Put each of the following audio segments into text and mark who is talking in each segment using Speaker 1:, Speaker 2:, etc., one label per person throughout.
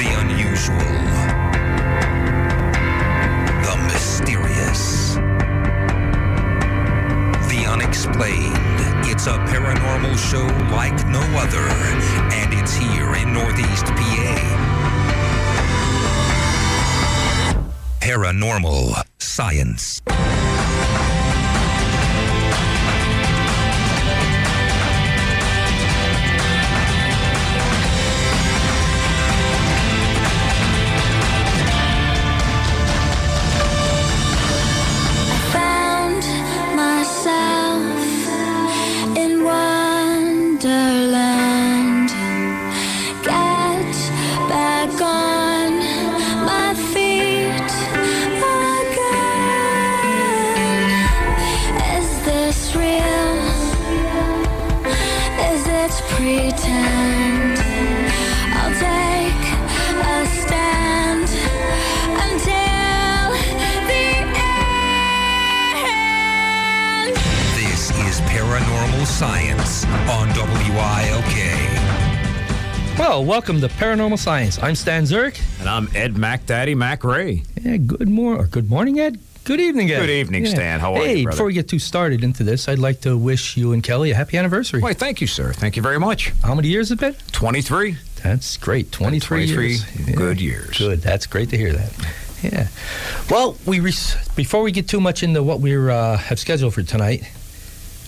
Speaker 1: The unusual. The mysterious. The unexplained. It's a paranormal show like no other, and it's here in Northeast PA. Paranormal Science.
Speaker 2: Found myself in Wonderland. Get back on my feet again. Is this real? Is it pretend? I'll take a stand until the end.
Speaker 1: This is Paranormal Science on WILK.
Speaker 3: Well, welcome to Paranormal Science. I'm Stan Zurich.
Speaker 4: And I'm Ed Mac Daddy Mac Ray.
Speaker 3: Yeah, good mor or good morning, Ed. Good evening, Ed.
Speaker 4: Good evening, Stan. How are
Speaker 3: hey,
Speaker 4: you, brother?
Speaker 3: before we get too started into this, I'd like to wish you and Kelly a happy anniversary.
Speaker 4: Why, thank you, sir. Thank you very much.
Speaker 3: How many years has it been?
Speaker 4: 23.
Speaker 3: That's great. 23,
Speaker 4: 23
Speaker 3: years. Yeah.
Speaker 4: good years.
Speaker 3: Good. That's great to hear that. Yeah. Well, we re- before we get too much into what we uh, have scheduled for tonight,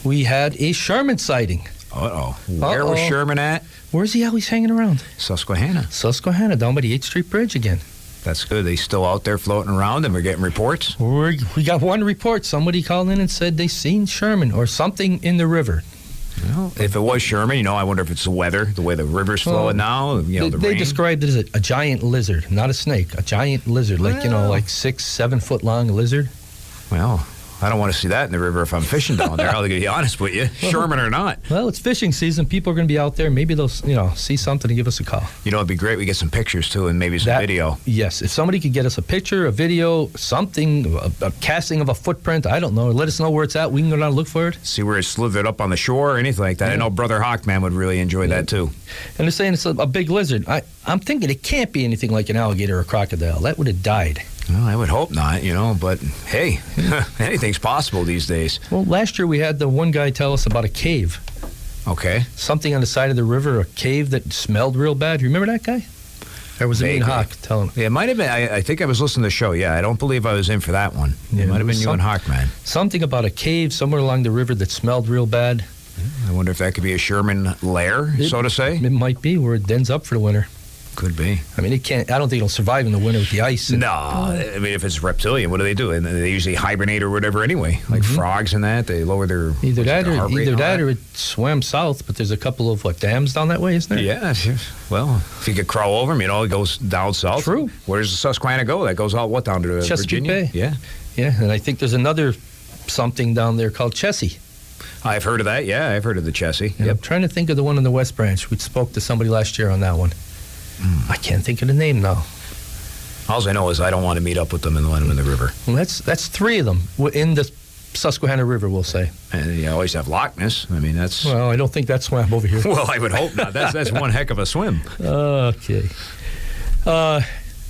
Speaker 3: we had a Sherman sighting.
Speaker 4: Uh-oh. Where was
Speaker 3: Uh-oh.
Speaker 4: Sherman at?
Speaker 3: Where's he always hanging around?
Speaker 4: Susquehanna.
Speaker 3: Susquehanna, down by the 8th Street Bridge again.
Speaker 4: That's good. They still out there floating around and we're getting reports.
Speaker 3: We're, we got one report. Somebody called in and said they seen Sherman or something in the river.
Speaker 4: Well, if it was Sherman, you know, I wonder if it's the weather, the way the river's
Speaker 3: Well,
Speaker 4: flowing now, you know,
Speaker 3: they,
Speaker 4: the
Speaker 3: they
Speaker 4: rain.
Speaker 3: described it as a, a giant lizard, not a snake. A giant lizard, like you know,
Speaker 4: Well.
Speaker 3: like six, seven foot long lizard.
Speaker 4: well, I don't want to see that in the river if I'm fishing down there. I'll be honest with you, Sherman or not.
Speaker 3: Well, it's fishing season. People are going to be out there. Maybe they'll, you know, see something and give us a call.
Speaker 4: You know, it'd be great. We get some pictures too, and maybe some
Speaker 3: That-
Speaker 4: video.
Speaker 3: Yes, if somebody could get us a picture, a video, something, a, a casting of a footprint. I don't know. Let us know where it's at. We can go down and look for it.
Speaker 4: See where it slithered up on the shore or anything like that. I know Brother Hawkman would really enjoy that too.
Speaker 3: And they're saying it's a, a big lizard. I, I'm thinking it can't be anything like an alligator or crocodile. That would have died.
Speaker 4: Well, I would hope not, you know, but hey, anything's possible these days.
Speaker 3: Well, last year we had the one guy tell us about a cave,
Speaker 4: Okay.
Speaker 3: something on the side of the river, a cave that smelled real bad. You remember that guy? Or was it Ian
Speaker 4: Vaguely.
Speaker 3: Hawk telling
Speaker 4: Yeah, it might have been. I, I think I was listening to the show. Yeah, I don't believe I was in for that one.
Speaker 3: Yeah,
Speaker 4: it might
Speaker 3: it
Speaker 4: have been
Speaker 3: was
Speaker 4: you and Hawkman.
Speaker 3: something about a cave somewhere along the river that smelled real bad?
Speaker 4: I wonder if that could be a Sherman lair,
Speaker 3: It-
Speaker 4: so to say.
Speaker 3: It might be where it dens up for the winter.
Speaker 4: Could be.
Speaker 3: I mean, it can't. I don't think it'll survive in the winter with the ice. and-
Speaker 4: No, I mean, if it's reptilian, what do they do? And They usually hibernate or whatever anyway. Like frogs and that, they lower their
Speaker 3: Mm-hmm. Either
Speaker 4: what's it,
Speaker 3: that,
Speaker 4: their
Speaker 3: or
Speaker 4: heart rate
Speaker 3: either
Speaker 4: and all
Speaker 3: that, or it swam south. But there's a couple of what dams down that way, isn't there?
Speaker 4: Yeah, sure. well, if you could crawl over them, you know, it goes down south.
Speaker 3: True.
Speaker 4: Where does the Susquehanna go? That goes out what down to uh,
Speaker 3: Chesapeake
Speaker 4: Virginia?
Speaker 3: Bay.
Speaker 4: Yeah,
Speaker 3: Yeah, and I think there's another something down there called Chessie.
Speaker 4: I've heard of that. Yeah, I've heard of the Chessie.
Speaker 3: And I'm
Speaker 4: Yep.
Speaker 3: trying to think of the one in the West Branch. We spoke to somebody last year on that one.
Speaker 4: Hmm.
Speaker 3: I can't think of the name now.
Speaker 4: All I know is I don't want to meet up with them and let them in the river.
Speaker 3: Well, that's that's three of them w- in the Susquehanna River. We'll say.
Speaker 4: And you always have Loch Ness. I mean, that's well,
Speaker 3: Well, I don't think that swam over here.
Speaker 4: I would hope not. That's that's one heck of a swim.
Speaker 3: okay. Uh,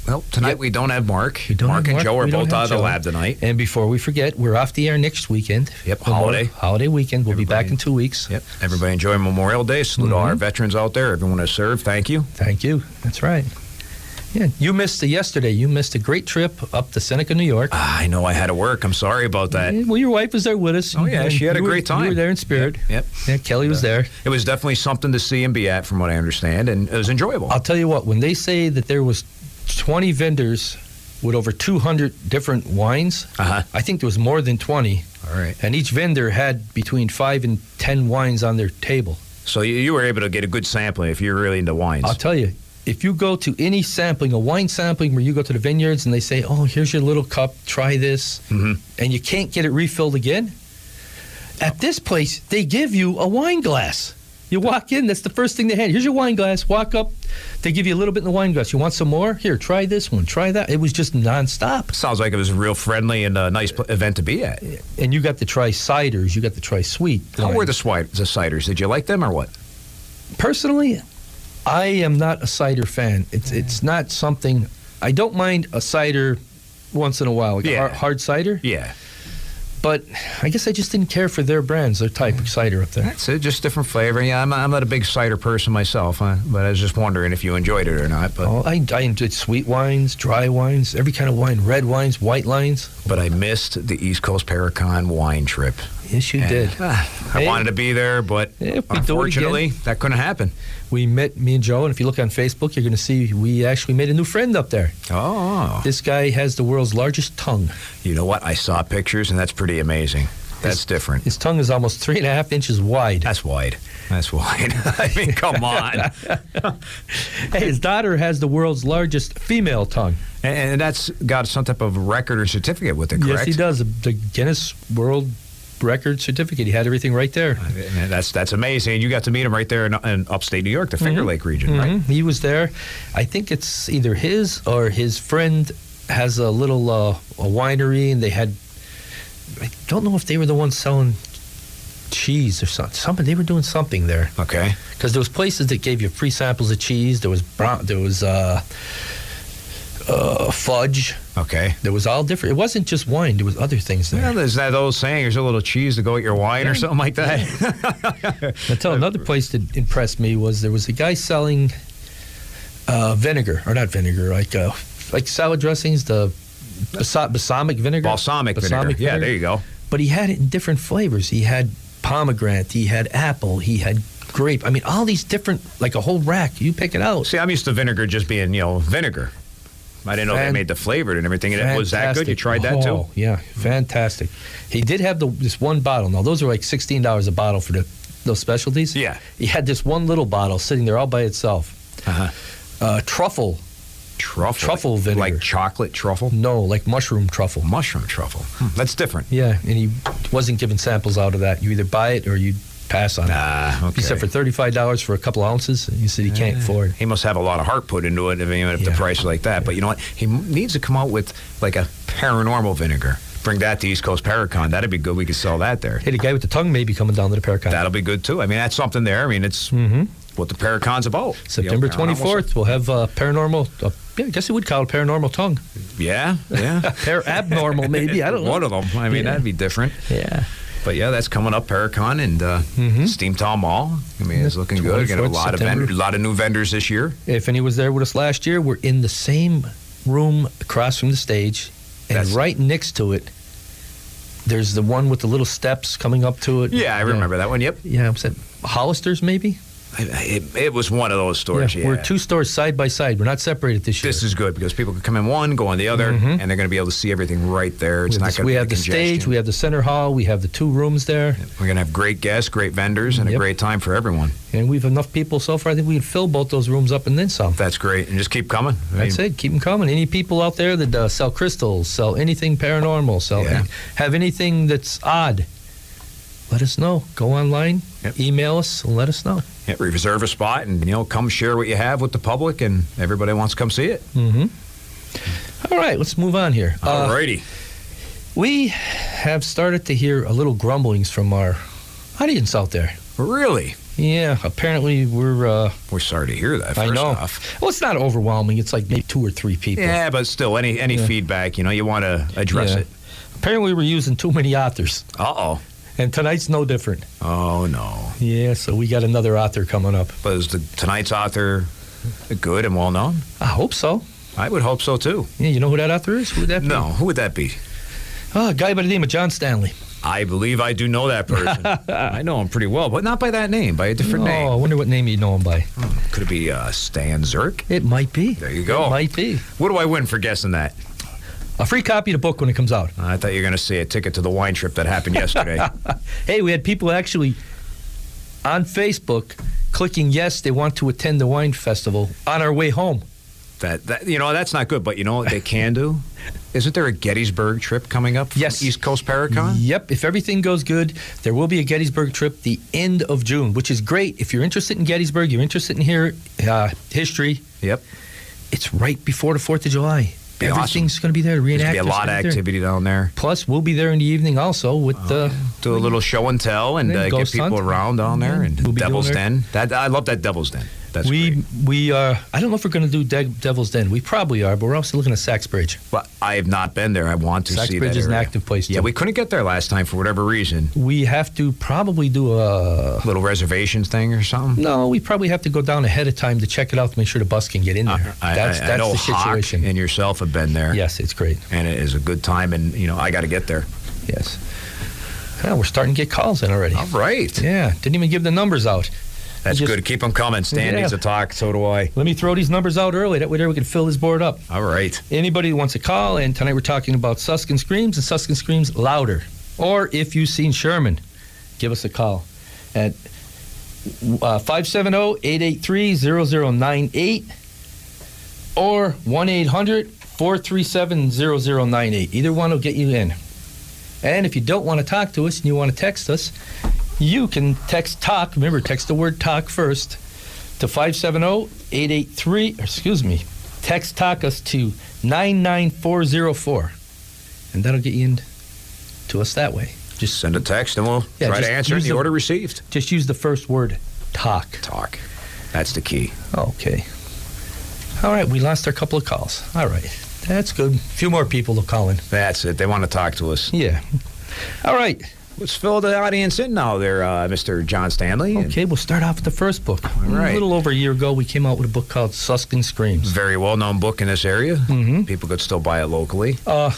Speaker 4: Well, tonight we don't have Mark.
Speaker 3: We don't
Speaker 4: Mark
Speaker 3: have
Speaker 4: and
Speaker 3: Mark,
Speaker 4: Joe are
Speaker 3: we don't
Speaker 4: both
Speaker 3: have
Speaker 4: out of the
Speaker 3: Joe.
Speaker 4: lab tonight.
Speaker 3: And before we forget, we're off the air next weekend.
Speaker 4: Yep,
Speaker 3: Memorial-
Speaker 4: holiday.
Speaker 3: Holiday weekend. We'll be back
Speaker 4: Everybody-
Speaker 3: in two weeks.
Speaker 4: Yep. Mm-hmm. Everybody enjoy Memorial Day. Salute all our veterans out there. Everyone who served. Thank you.
Speaker 3: Thank you. That's right. Yeah, you missed it yesterday. You missed a great trip up to Seneca, New York.
Speaker 4: Ah, I know I had to work. I'm sorry about that.
Speaker 3: Yeah, Well, your wife was there with us.
Speaker 4: Oh, yeah,
Speaker 3: and
Speaker 4: she had a
Speaker 3: you were-
Speaker 4: great time.
Speaker 3: You were there in spirit.
Speaker 4: Mm-hmm. Yep.
Speaker 3: Yeah, Kelly was there.
Speaker 4: It was definitely something to see and be at, from what I understand, and it was enjoyable.
Speaker 3: I'll tell you what. When they say that there was 20 vendors with over 200 different wines,
Speaker 4: Uh-huh.
Speaker 3: I think there was more than 20,
Speaker 4: All right.
Speaker 3: and each vendor had between five and 10 wines on their table.
Speaker 4: So you, you were able to get a good sampling if you're really into wines.
Speaker 3: I'll tell you, if you go to any sampling, a wine sampling where you go to the vineyards and they say, "Oh, here's your little cup, try this,"
Speaker 4: Mhm.
Speaker 3: and you can't get it refilled again, at this place they give you a wine glass. You walk in, that's the first thing they hand. Here's your wine glass. Walk up, they give you a little bit in the wine glass. You want some more? Here, try this one, try that. It was just nonstop,
Speaker 4: Sounds like it was a real friendly and a nice pl- event to be at.
Speaker 3: and you got to try ciders, you got to try sweet.
Speaker 4: How were
Speaker 3: wine.
Speaker 4: the, swi- the ciders? Did you like them or what?
Speaker 3: personally, I am not a cider fan. It's it's not something I don't mind a cider once in a while, like a
Speaker 4: Yeah.
Speaker 3: har- hard cider.
Speaker 4: Yeah,
Speaker 3: But I guess I just didn't care for their brands, their type of cider up there.
Speaker 4: that's it. Just different flavor. Yeah, I'm, not- I'm not a big cider person myself, huh? but I was just wondering if you enjoyed it or not. But
Speaker 3: Oh, I, I enjoyed sweet wines, dry wines, every kind of wine, red wines, white wines.
Speaker 4: but I missed the East Coast Paracon wine trip.
Speaker 3: Yes, you
Speaker 4: And,
Speaker 3: did.
Speaker 4: ah, I
Speaker 3: Hey.
Speaker 4: wanted to be there, but
Speaker 3: If we do it again-
Speaker 4: unfortunately, that couldn't happen.
Speaker 3: We met, me and Joe, and if you look on Facebook, you're going to see we actually made a new friend up there.
Speaker 4: Oh,
Speaker 3: This guy has the world's largest tongue.
Speaker 4: you know what? I saw pictures, and that's pretty amazing. That's different.
Speaker 3: His tongue is almost three and a half inches wide.
Speaker 4: That's wide. That's wide. I mean, come on. and,
Speaker 3: Hey, his daughter has the world's largest female tongue.
Speaker 4: and that's got some type of record or certificate with it,
Speaker 3: Yes,
Speaker 4: correct?
Speaker 3: he does. The- The Guinness World Record certificate. He had everything right there.
Speaker 4: And that's that's amazing. You got to meet him right there in, in upstate New York, the Finger Lake region, right?
Speaker 3: Mhm. He was there. I think it's either his or his friend has a little uh, a winery, and they had. I don't know if they were the ones selling cheese or something. Something they were doing something there
Speaker 4: Okay.
Speaker 3: because there was places that gave you free samples of cheese. There was brown. There was uh, uh, fudge.
Speaker 4: Okay.
Speaker 3: There was all different. It wasn't just wine. There was other things there.
Speaker 4: Well, there's that old saying, there's a little cheese to go with your wine or something like that.
Speaker 3: I'll tell you, another place that impressed me was there was a guy selling uh, vinegar, or not vinegar, like uh, like salad dressings, the basa- balsamic vinegar.
Speaker 4: Balsamic, vinegar. Yeah, there you go.
Speaker 3: But he had it in different flavors. He had pomegranate, he had apple, he had grape. I mean, all these different, like a whole rack. You pick it out.
Speaker 4: See, I'm used to vinegar just being, you know, vinegar. I didn't know
Speaker 3: Fan-
Speaker 4: they made the flavored and everything. And it was that good. You
Speaker 3: Fantastic.
Speaker 4: tried that
Speaker 3: Oh,
Speaker 4: too?
Speaker 3: Yeah, fantastic. He did have the this one bottle. Now those are like sixteen dollars a bottle for the those specialties.
Speaker 4: Yeah.
Speaker 3: he had this one little bottle sitting there all by itself.
Speaker 4: Uh-huh.
Speaker 3: Uh, truffle,
Speaker 4: Truffle.
Speaker 3: Truffle
Speaker 4: like,
Speaker 3: vinegar.
Speaker 4: Like chocolate truffle?
Speaker 3: no, like mushroom truffle.
Speaker 4: Mushroom truffle. Hmm, that's different.
Speaker 3: Yeah, and he wasn't giving samples out of that. You either buy it or you pass on it.
Speaker 4: Ah, okay. Ah.
Speaker 3: He said for thirty-five dollars for a couple ounces. He said he can't afford.
Speaker 4: He must have a lot of heart put into it, even if the
Speaker 3: Yeah.
Speaker 4: price is like that. But you know what? He m- needs to come out with like a paranormal vinegar. Bring that to East Coast Paracon. That'd be good. We could sell that there.
Speaker 3: Hey, the guy with the tongue may be coming down to the Paracon.
Speaker 4: That'll be good too. I mean, that's something there. I mean, it's
Speaker 3: Hmm.
Speaker 4: what the Paracon's about.
Speaker 3: September
Speaker 4: You know, paranormal
Speaker 3: twenty-fourth, we'll have uh, paranormal. Uh, yeah, I guess you would call it paranormal tongue.
Speaker 4: stuff. Yeah, yeah.
Speaker 3: Par- abnormal, maybe. I don't know.
Speaker 4: One of them. I mean,
Speaker 3: Yeah.
Speaker 4: that'd be different.
Speaker 3: Yeah.
Speaker 4: But yeah, that's coming up. Paracon and uh, Steamtown Mall. I mean, it's looking good. Got a
Speaker 3: 24th
Speaker 4: lot
Speaker 3: Mm-hmm.
Speaker 4: of
Speaker 3: September.
Speaker 4: vendors, a lot of new vendors this year.
Speaker 3: If any was there with us last year, we're in the same room across from the stage, and
Speaker 4: That's-
Speaker 3: right next to it, there's the one with the little steps coming up to it.
Speaker 4: Yeah, I remember that one. Yep.
Speaker 3: Yeah, I'm saying Hollister's maybe.
Speaker 4: I, I, it, it was one of those stores. Yeah,
Speaker 3: we're two stores side by side. We're not separated this year.
Speaker 4: This is good because people can come in one, go in the other, and they're going to be able to see everything right
Speaker 3: Mm-hmm. we
Speaker 4: there. It's
Speaker 3: have,
Speaker 4: not
Speaker 3: this-
Speaker 4: going to
Speaker 3: we
Speaker 4: be
Speaker 3: have the stage,
Speaker 4: congestion.
Speaker 3: we have the center hall, we have the two rooms there,
Speaker 4: We're going to have great guests, great vendors, and a
Speaker 3: Yep.
Speaker 4: great time for everyone.
Speaker 3: and we've enough people so far. I think we can fill both those rooms up and then some.
Speaker 4: That's great, and just keep coming. I
Speaker 3: That's
Speaker 4: mean,
Speaker 3: it. Keep them coming. Any people out there that uh, sell crystals, sell anything paranormal, sell
Speaker 4: Yeah.
Speaker 3: have anything that's odd, let us know. Go online,
Speaker 4: Yep.
Speaker 3: email us, and let us know.
Speaker 4: yeah, we reserve a spot, and you know, come share what you have with the public, and everybody wants to come see it.
Speaker 3: Mm-hmm. All right, let's move on here. Uh,
Speaker 4: Alrighty,
Speaker 3: We have started to hear a little grumblings from our audience out there.
Speaker 4: really,
Speaker 3: Yeah, apparently we're. Uh,
Speaker 4: we're sorry to hear that. First
Speaker 3: I know.
Speaker 4: Off.
Speaker 3: Well, it's not overwhelming. It's like maybe two or three people.
Speaker 4: Yeah, but still, any any
Speaker 3: Yeah.
Speaker 4: feedback, you know, you want to address
Speaker 3: Yeah.
Speaker 4: it.
Speaker 3: Apparently we're using too many authors,
Speaker 4: Uh oh.
Speaker 3: and tonight's no different.
Speaker 4: Oh no.
Speaker 3: Yeah, so we got another author coming up.
Speaker 4: But is the tonight's author good and well known?
Speaker 3: I hope so.
Speaker 4: I would hope so too.
Speaker 3: Yeah, you know who that author is? Who would that be?
Speaker 4: No, who would that be?
Speaker 3: Oh, a guy by the name of John Stanley.
Speaker 4: I believe I do know that person. I know him pretty well, but not by that name, by a different
Speaker 3: oh, I
Speaker 4: name.
Speaker 3: wonder what name you know him by.
Speaker 4: Could it be uh, Stan Zerk?
Speaker 3: It might be.
Speaker 4: There you go.
Speaker 3: It might be.
Speaker 4: What do I win for guessing that?
Speaker 3: A free copy of the book when it comes out.
Speaker 4: I thought you were going to say a ticket to the wine trip that happened yesterday.
Speaker 3: Hey, we had people actually on Facebook clicking yes, they want to attend the wine festival on our way home.
Speaker 4: that, that you know that's not good, but you know what they can do? Isn't there a Gettysburg trip coming up? from
Speaker 3: Yes.
Speaker 4: East Coast Paracon.
Speaker 3: Yep, if everything goes good, there will be a Gettysburg trip the end of June, which is great. If you're interested in Gettysburg, you're interested in here uh, history.
Speaker 4: Yep.
Speaker 3: It's right before the Fourth of July.
Speaker 4: Be awesome.
Speaker 3: Everything's going to be there. to
Speaker 4: There's
Speaker 3: Reenact.
Speaker 4: be a lot of activity down there.
Speaker 3: Plus, we'll be there in the evening also with
Speaker 4: Oh,
Speaker 3: uh,
Speaker 4: Do a little show and tell and
Speaker 3: And
Speaker 4: uh, get
Speaker 3: ghost
Speaker 4: people
Speaker 3: hunt.
Speaker 4: around down there and
Speaker 3: We'll be doing
Speaker 4: Devil's
Speaker 3: our-
Speaker 4: Den. That I love that Devil's Den. That's
Speaker 3: we
Speaker 4: great.
Speaker 3: we are. I don't know if we're going to do De- Devil's Den. We probably are, but we're also looking at Saxbridge.
Speaker 4: Well, I have not been there. I want to see
Speaker 3: Saxbridge
Speaker 4: that.
Speaker 3: is an
Speaker 4: area.
Speaker 3: active place. Too.
Speaker 4: Yeah, we couldn't get there last time for whatever reason.
Speaker 3: we have to probably do a.
Speaker 4: Little reservations thing or something.
Speaker 3: No, we probably have to go down ahead of time to check it out to make sure the bus can get in there.
Speaker 4: Uh-huh. I,
Speaker 3: that's
Speaker 4: I, I
Speaker 3: that's
Speaker 4: know
Speaker 3: the
Speaker 4: Hawk
Speaker 3: situation.
Speaker 4: and yourself have been there.
Speaker 3: yes, it's great.
Speaker 4: and it is a good time. And you know, I got to get there.
Speaker 3: Yes. Yeah, we're starting to get calls in already.
Speaker 4: All right,
Speaker 3: Yeah, didn't even give the numbers out.
Speaker 4: that's
Speaker 3: Just-
Speaker 4: good. Keep them coming. Stan
Speaker 3: Yeah.
Speaker 4: needs to talk. So do I.
Speaker 3: Let me throw these numbers out early. That way there we can fill this board up.
Speaker 4: All right.
Speaker 3: Anybody who wants to call, and tonight we're talking about Suskin Screams and Suskin Screams Louder. Or if you've seen Sherman, give us a call at uh, 570 883 0098 or 1 800 437 0098. Either one will get you in. And if you don't want to talk to us and you want to text us, you can text talk. Remember, text the word talk first to oh, 570 883, excuse me, text talk us to 99404. And that'll get you in to us that way.
Speaker 4: Just send a text, and we'll
Speaker 3: Yeah,
Speaker 4: try to
Speaker 3: just
Speaker 4: answer it in
Speaker 3: use
Speaker 4: the
Speaker 3: the-
Speaker 4: order received.
Speaker 3: Just use the first word talk.
Speaker 4: Talk. That's the key.
Speaker 3: Okay. All right, we lost our couple of calls. All right. That's good. A few more people will call in.
Speaker 4: That's it. They want to talk to us.
Speaker 3: Yeah. All right.
Speaker 4: Let's fill the audience in now, there, uh, Mr. John Stanley. And
Speaker 3: Okay, we'll start off with the first book.
Speaker 4: right.
Speaker 3: A little over a year ago, we came out with a book called Suskin Screams.
Speaker 4: Very well known book in this area.
Speaker 3: Mhm.
Speaker 4: People could still buy it locally.
Speaker 3: Uh,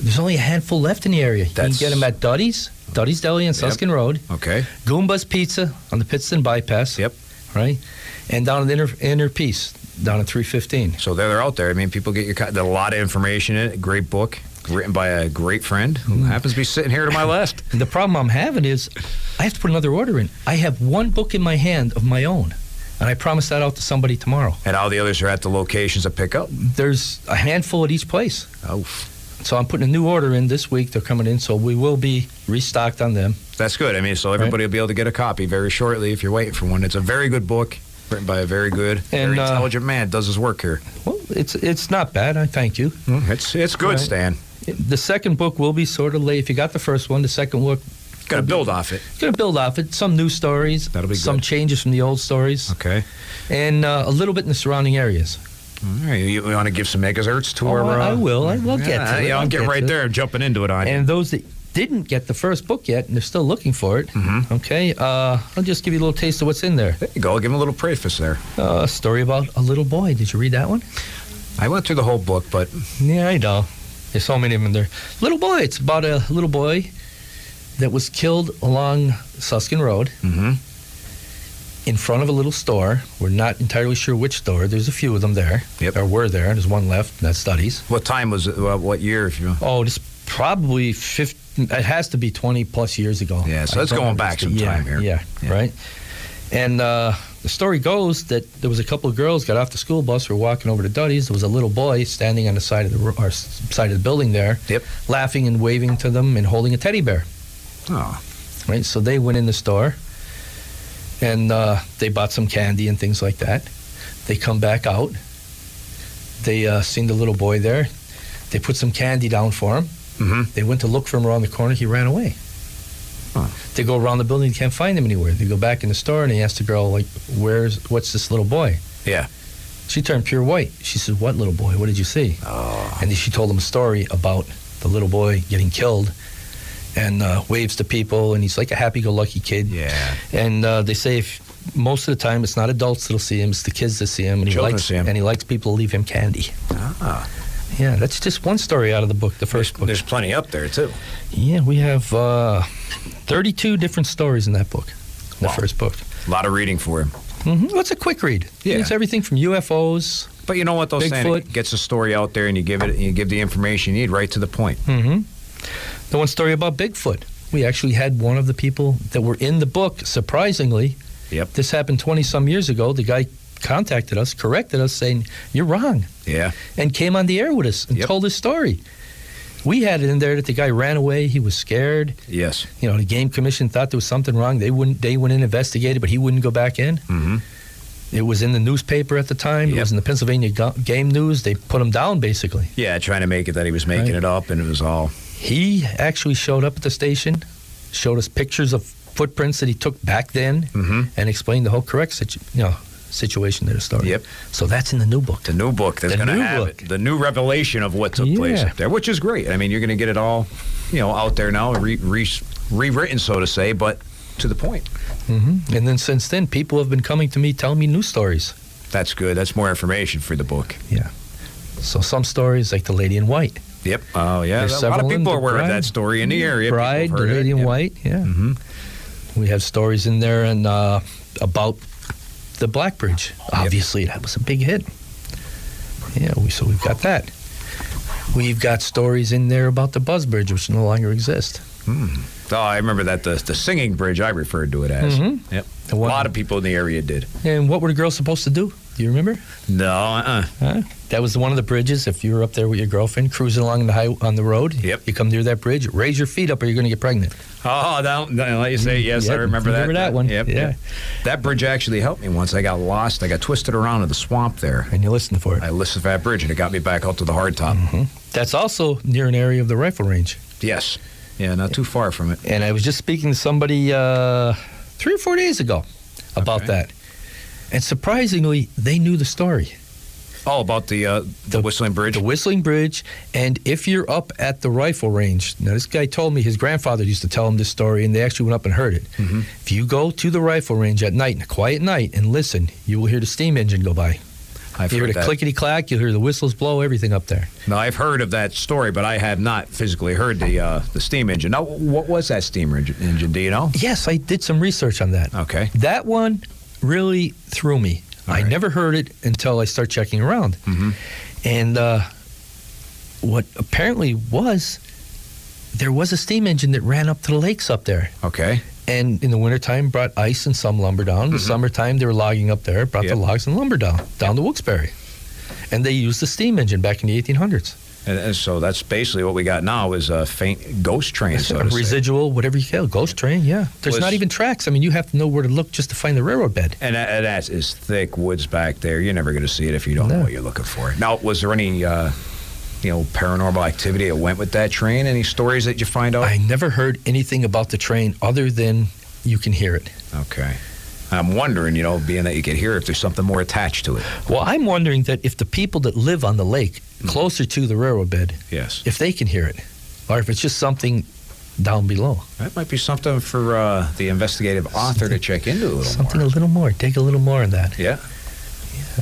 Speaker 3: there's only a handful left in the area. You
Speaker 4: That's-
Speaker 3: can get them at Duddy's, Duddy's Deli on Suskin Road,
Speaker 4: Okay.
Speaker 3: Goomba's Pizza on the Pittston Bypass.
Speaker 4: Yep.
Speaker 3: Right? And down at Inner, inner Peace, down at 315.
Speaker 4: So there they're out there. I mean, people get your co- there's a lot of information in it. Great book written by a great friend who happens to be sitting here to my left.
Speaker 3: And the problem I'm having is I have to put another order in. I have one book in my hand of my own, and I promise that out to somebody tomorrow.
Speaker 4: And all the others are at the locations to pick up.
Speaker 3: There's a handful at each place.
Speaker 4: Oh,
Speaker 3: So I'm putting a new order in this week. They're coming in, so we will be restocked on them.
Speaker 4: that's good. I mean, so everybody will be able to get a copy very shortly if you're waiting for one. It's a very good book written by a very good, very
Speaker 3: And, uh,
Speaker 4: intelligent man. Does his work here.
Speaker 3: Well, it's it's not bad. I thank you.
Speaker 4: Hmm, It's it's good,
Speaker 3: Right.
Speaker 4: Stan.
Speaker 3: The second book will be sort of late. If you got the first one, the second book
Speaker 4: Got to build off it.
Speaker 3: going to build off it. Some new stories,
Speaker 4: That'll be
Speaker 3: some
Speaker 4: good.
Speaker 3: changes from the old stories,
Speaker 4: Okay.
Speaker 3: and uh, a little bit in the surrounding areas.
Speaker 4: All right. You, want to give some megahertz to our?
Speaker 3: Oh, I, I
Speaker 4: uh,
Speaker 3: will. I will get
Speaker 4: Yeah,
Speaker 3: to it.
Speaker 4: yeah, I'll get right
Speaker 3: to it.
Speaker 4: there. I'm jumping into it on you.
Speaker 3: And those that didn't get the first book yet and they're still looking for it, okay, uh, I'll just give you a little taste of what's in there.
Speaker 4: There you go. Give him a little preface there.
Speaker 3: Uh, a story about a little boy. Did you read that one?
Speaker 4: I went through the whole book, but
Speaker 3: Yeah, I know. There's so many of them there. Little boy. It's about a little boy that was killed along Suskin Road
Speaker 4: Mhm.
Speaker 3: in front of a little store. We're not entirely sure which store. There's a few of them there.
Speaker 4: Yep.
Speaker 3: Or were there. There's one left, and that's Studies.
Speaker 4: what time was it? Well, what year? If you
Speaker 3: Oh, this probably 15, it has to be 20 plus years ago.
Speaker 4: Yeah, so
Speaker 3: I
Speaker 4: that's
Speaker 3: don't
Speaker 4: going
Speaker 3: remember
Speaker 4: back
Speaker 3: the-
Speaker 4: some
Speaker 3: yeah,
Speaker 4: time here.
Speaker 3: Yeah,
Speaker 4: Yeah.
Speaker 3: right. And uh, the story goes that there was a couple of girls got off the school bus, were walking over to Duddy's. There was a little boy standing on the side of the ro- or s- side of the building there,
Speaker 4: Yep.
Speaker 3: laughing and waving to them and holding a teddy bear.
Speaker 4: oh,
Speaker 3: Right, so they went in the store and uh, they bought some candy and things like that. They come back out. They uh, seen the little boy there. They put some candy down for him.
Speaker 4: Mhm.
Speaker 3: They went to look for him around the corner. He ran away.
Speaker 4: Huh.
Speaker 3: They go around the building. They can't find him anywhere. They go back in the store and they ask the girl, like, "Where's what's this little boy?"
Speaker 4: Yeah.
Speaker 3: She turned pure white. She said, "What little boy? What did you see?"
Speaker 4: oh,
Speaker 3: And she told him a story about the little boy getting killed and uh, waves to people, and he's like a happy-go-lucky kid.
Speaker 4: Yeah.
Speaker 3: And uh, they say if most of the time it's not adults that'll see him; it's the kids that see him, and he
Speaker 4: Children
Speaker 3: likes
Speaker 4: see him.
Speaker 3: and he likes people to leave him candy.
Speaker 4: Ah,
Speaker 3: Yeah, that's just one story out of the book, the first book.
Speaker 4: there's plenty up there too.
Speaker 3: Yeah, we have uh, 32 different stories in that book, in
Speaker 4: Wow.
Speaker 3: the first book.
Speaker 4: A lot of reading for him.
Speaker 3: hmm Well, it's a quick read.
Speaker 4: Yeah.
Speaker 3: It's everything from UFOs.
Speaker 4: But you know what they'll say?
Speaker 3: Bigfoot.
Speaker 4: It gets the story out there, and you give it, you give the information you need right to the point.
Speaker 3: hmm The one story about Bigfoot. We actually had one of the people that were in the book, surprisingly.
Speaker 4: Yep.
Speaker 3: This happened 20 some years ago. The guy contacted us, corrected us, saying, You're wrong,
Speaker 4: Yeah.
Speaker 3: and came on the air with us and
Speaker 4: Yep.
Speaker 3: told his story. We had it in there that the guy ran away. He was scared.
Speaker 4: Yes.
Speaker 3: You know, the game commission thought there was something wrong. They wouldn't. They went in and investigated, but he wouldn't go back in.
Speaker 4: Mm-hmm.
Speaker 3: It was in the newspaper at the time. It
Speaker 4: Yep.
Speaker 3: was in the Pennsylvania Go- Game News. They put him down basically.
Speaker 4: Yeah, trying to make it that he was making
Speaker 3: Right.
Speaker 4: it up, and it was all.
Speaker 3: He actually showed up at the station, showed us pictures of footprints that he took back then,
Speaker 4: Mm-hmm.
Speaker 3: and explained the whole correct situ- you know, situation that it started.
Speaker 4: Yep.
Speaker 3: So that's in the new book.
Speaker 4: The new book that's
Speaker 3: The
Speaker 4: going to
Speaker 3: new
Speaker 4: have
Speaker 3: book.
Speaker 4: it. The new revelation of what took place
Speaker 3: Yeah.
Speaker 4: up there, which is great. I mean, you're going to get it all, you know, out there now, re- re- rewritten, so to say, but to the point.
Speaker 3: hmm And then since then, people have been coming to me telling me new stories.
Speaker 4: That's good. That's more information for the book.
Speaker 3: So some stories, like the Lady in White,
Speaker 4: Yep. Oh, yeah.
Speaker 3: There's
Speaker 4: a lot of
Speaker 3: several in
Speaker 4: people
Speaker 3: the
Speaker 4: are aware of
Speaker 3: Bride-
Speaker 4: that story in the area. People have
Speaker 3: Bride, the
Speaker 4: heard of it. Mm-hmm.
Speaker 3: Lady in
Speaker 4: Yep.
Speaker 3: White. Yeah. We have stories in there and uh, about the Blackbridge. Obviously, that was a big hit. Yeah, we, so we've got that. We've got stories in there about the Buzzbridge, which no longer exist.
Speaker 4: Oh, I remember that the, the singing bridge. I referred to it as.
Speaker 3: Mhm.
Speaker 4: Yep.
Speaker 3: The
Speaker 4: A
Speaker 3: one-
Speaker 4: lot of people in the area did.
Speaker 3: And what were the girls supposed to do? Do you remember?
Speaker 4: No. Uh.
Speaker 3: Huh? That was one of the bridges. If you were up there with your girlfriend cruising along the high, on the road,
Speaker 4: Yep.
Speaker 3: you come near that bridge, raise your feet up, or you're going to get pregnant.
Speaker 4: Oh, that, that, like you say, yes, I
Speaker 3: Yep,
Speaker 4: remember that.
Speaker 3: remember that one.
Speaker 4: Yep.
Speaker 3: Yeah.
Speaker 4: yep. That bridge actually helped me once. I got lost. I got twisted around in the swamp there.
Speaker 3: And you listen for it.
Speaker 4: I listed that bridge and it got me back out to the hardtop.
Speaker 3: Mm. That's also near an area of the rifle range.
Speaker 4: Yes. Yeah, not too far from it.
Speaker 3: and I was just speaking to somebody uh, three or four days ago about
Speaker 4: Okay.
Speaker 3: that. And surprisingly, they knew the story.
Speaker 4: Oh, about the uh, the,
Speaker 3: The-
Speaker 4: Whistling Bridge.
Speaker 3: The Whistling Bridge, and if you're up at the rifle range, now this guy told me his grandfather used to tell him this story, and they actually went up and heard it.
Speaker 4: Mm-hmm.
Speaker 3: If you go to the rifle range at night, in a quiet night, and listen, you will hear the steam engine go by.
Speaker 4: I've
Speaker 3: you hear
Speaker 4: heard
Speaker 3: the
Speaker 4: that.
Speaker 3: clickety clack, you'll hear the whistles blow, everything up there.
Speaker 4: Now I've heard of that story, but I have not physically heard the uh, the steam engine. Now, what was that steam engine? engine, Do you know?
Speaker 3: Yes, I did some research on that.
Speaker 4: Okay.
Speaker 3: That one really threw me.
Speaker 4: All
Speaker 3: I
Speaker 4: right.
Speaker 3: never heard it until I start checking around.
Speaker 4: Mhm.
Speaker 3: And uh, what apparently was, there was a steam engine that ran up to the lakes up there.
Speaker 4: Okay.
Speaker 3: And in the wintertime, brought ice and some lumber down.
Speaker 4: Mm-hmm.
Speaker 3: The summertime, they were logging up there, brought
Speaker 4: Yep.
Speaker 3: the logs and lumber down, down to Wilkes-Barre. And they used the steam engine back in the 1800s.
Speaker 4: And, and so that's basically what we got now is a faint ghost train. So to say.
Speaker 3: Residual, whatever you call it, ghost train, yeah. There's
Speaker 4: Was-
Speaker 3: not even tracks. I mean, you have to know where to look just to find the railroad bed.
Speaker 4: And that, and that is thick woods back there. You're never going to see it if you don't know
Speaker 3: No.
Speaker 4: what you're looking for. Now, was there any, uh, you know, paranormal activity that went with that train? Any stories that you find out?
Speaker 3: I never heard anything about the train other than you can hear it.
Speaker 4: okay. I'm wondering, you know, being that you could hear if there's something more attached to it.
Speaker 3: Well, I'm wondering that if the people that live on the lake closer to the railroad bed,
Speaker 4: Yes.
Speaker 3: if they can hear it, or if it's just something down below,
Speaker 4: That might be something for uh, the investigative author to check into a little
Speaker 3: something
Speaker 4: more.
Speaker 3: a little more, dig a little more in that.
Speaker 4: yeah.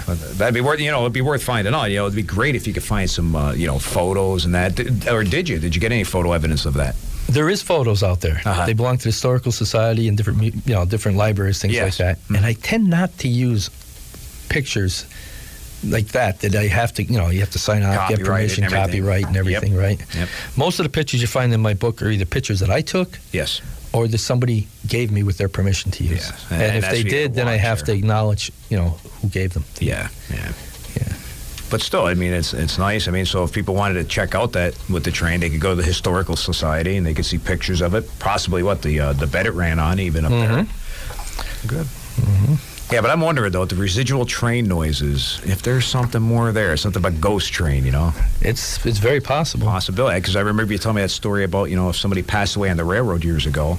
Speaker 4: But That'd be worth, you know, it'd be worth finding out. You know, it'd be great if you could find some, uh, you know, photos and that. Did- Or did you? Did you get any photo evidence of that?
Speaker 3: There is photos out there.
Speaker 4: Uh-huh.
Speaker 3: They belong to the historical society and different, mu- you know, different libraries, things
Speaker 4: Yes. Mm-hmm.
Speaker 3: like that. And I tend not to use pictures like that that I have to, you know, you have to sign off, get
Speaker 4: Copyright and
Speaker 3: permission,
Speaker 4: everything.
Speaker 3: copyright, and everything, right?
Speaker 4: Yep.
Speaker 3: Most of the pictures you find in my book are either pictures that I took
Speaker 4: Yes.
Speaker 3: or that somebody gave me with their permission to use.
Speaker 4: Yeah,
Speaker 3: And,
Speaker 4: and- and
Speaker 3: if
Speaker 4: that's
Speaker 3: they
Speaker 4: what you
Speaker 3: did, then I
Speaker 4: want
Speaker 3: have to
Speaker 4: there.
Speaker 3: acknowledge, you know, who gave them.
Speaker 4: Yeah, yeah,
Speaker 3: Yeah.
Speaker 4: But still, I mean, it's it's nice. I mean, so if people wanted to check out that with the train, they could go to the historical society and they could see pictures of it. Possibly what the uh, the bed it ran on, even up there. Good. Yeah, but I'm wondering though, the residual train noises. If there's something more there, something about ghost train, you know,
Speaker 3: It's it's very possible.
Speaker 4: possibility. Because I remember you telling me that story about you know if somebody passed away on the railroad years ago,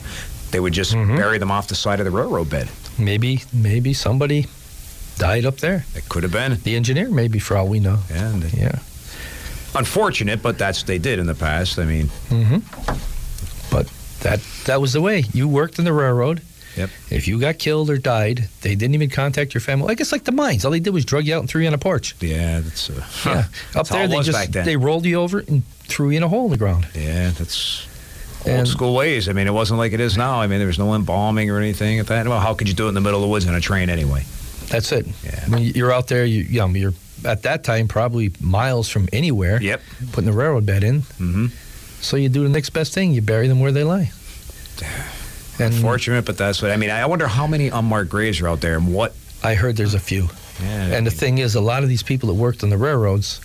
Speaker 4: they would just bury them off the side of the railroad bed.
Speaker 3: Maybe maybe somebody died up there.
Speaker 4: It could have been.
Speaker 3: The engineer, maybe for all we know.
Speaker 4: Yeah, and
Speaker 3: Yeah.
Speaker 4: unfortunate, but that's they did in the past. I mean,
Speaker 3: Mm-hmm. But That that was the way. You worked in the railroad.
Speaker 4: Yep.
Speaker 3: If you got killed or died, they didn't even contact your family. I guess like the mines, all they did was drug you out and threw you on a porch.
Speaker 4: Yeah, that's. Uh,
Speaker 3: Yeah. Up
Speaker 4: That's how
Speaker 3: there,
Speaker 4: it
Speaker 3: they
Speaker 4: was
Speaker 3: just
Speaker 4: back then.
Speaker 3: they rolled you over and threw you in a hole in the ground.
Speaker 4: Yeah, that's old
Speaker 3: And-
Speaker 4: school ways. I mean, it wasn't like it is now. I mean, there was no embalming or anything at that. Well, how could you do it in the middle of the woods on a train anyway?
Speaker 3: That's it.
Speaker 4: Yeah.
Speaker 3: When you're out there, you, you know, you're at that time probably miles from anywhere.
Speaker 4: Yep.
Speaker 3: Putting the railroad bed in,
Speaker 4: Mm-hmm.
Speaker 3: so you do the next best thing. You bury them where they lie. And
Speaker 4: Unfortunate, but that's what I mean. I wonder how many unmarked graves are out there and what.
Speaker 3: I heard there's a few.
Speaker 4: Yeah,
Speaker 3: And the thing is, a lot of these people that worked on the railroads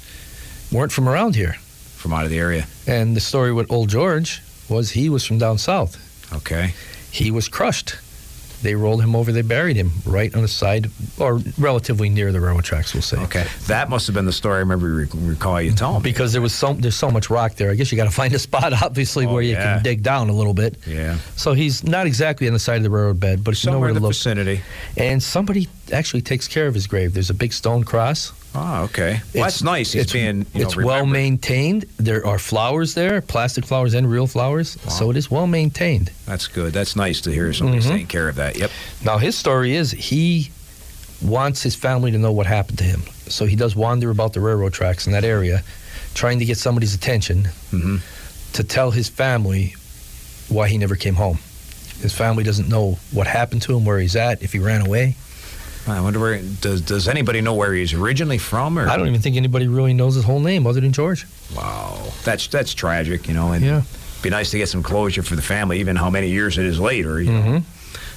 Speaker 3: weren't from around here.
Speaker 4: from out of the area.
Speaker 3: And the story with old George was he was from down south.
Speaker 4: Okay.
Speaker 3: He was crushed. They rolled him over. They buried him right on the side, or relatively near the railroad tracks. We'll say.
Speaker 4: Okay. That must have been the story I remember you rec- recall you telling me.
Speaker 3: Because there was so there's so much rock there. I guess you got to find a spot, obviously,
Speaker 4: Oh,
Speaker 3: where you
Speaker 4: yeah.
Speaker 3: can dig down a little bit.
Speaker 4: Yeah.
Speaker 3: So he's not exactly on the side of the railroad bed, but if you know
Speaker 4: Somewhere
Speaker 3: where
Speaker 4: in
Speaker 3: to
Speaker 4: the
Speaker 3: look.
Speaker 4: vicinity.
Speaker 3: And somebody actually takes care of his grave. There's a big stone cross.
Speaker 4: Oh, okay. Well, that's nice. He's
Speaker 3: it's
Speaker 4: being, you know,
Speaker 3: it's well
Speaker 4: remembered.
Speaker 3: maintained. There are flowers there, plastic flowers and real flowers. So it is well maintained.
Speaker 4: That's good. That's nice to hear somebody's taking care of that. Yep.
Speaker 3: Now his story is he wants his family to know what happened to him. So he does wander about the railroad tracks in that area, trying to get somebody's attention
Speaker 4: Mhm.
Speaker 3: to tell his family why he never came home. His family doesn't know what happened to him, where he's at, if he ran away.
Speaker 4: I wonder where does does anybody know where he's originally from or
Speaker 3: I don't even think anybody really knows his whole name other than George.
Speaker 4: Wow, that's that's tragic, you know. And
Speaker 3: Yeah.
Speaker 4: be nice to get some closure for the family, even how many years it is later. You know.
Speaker 3: Mm-hmm.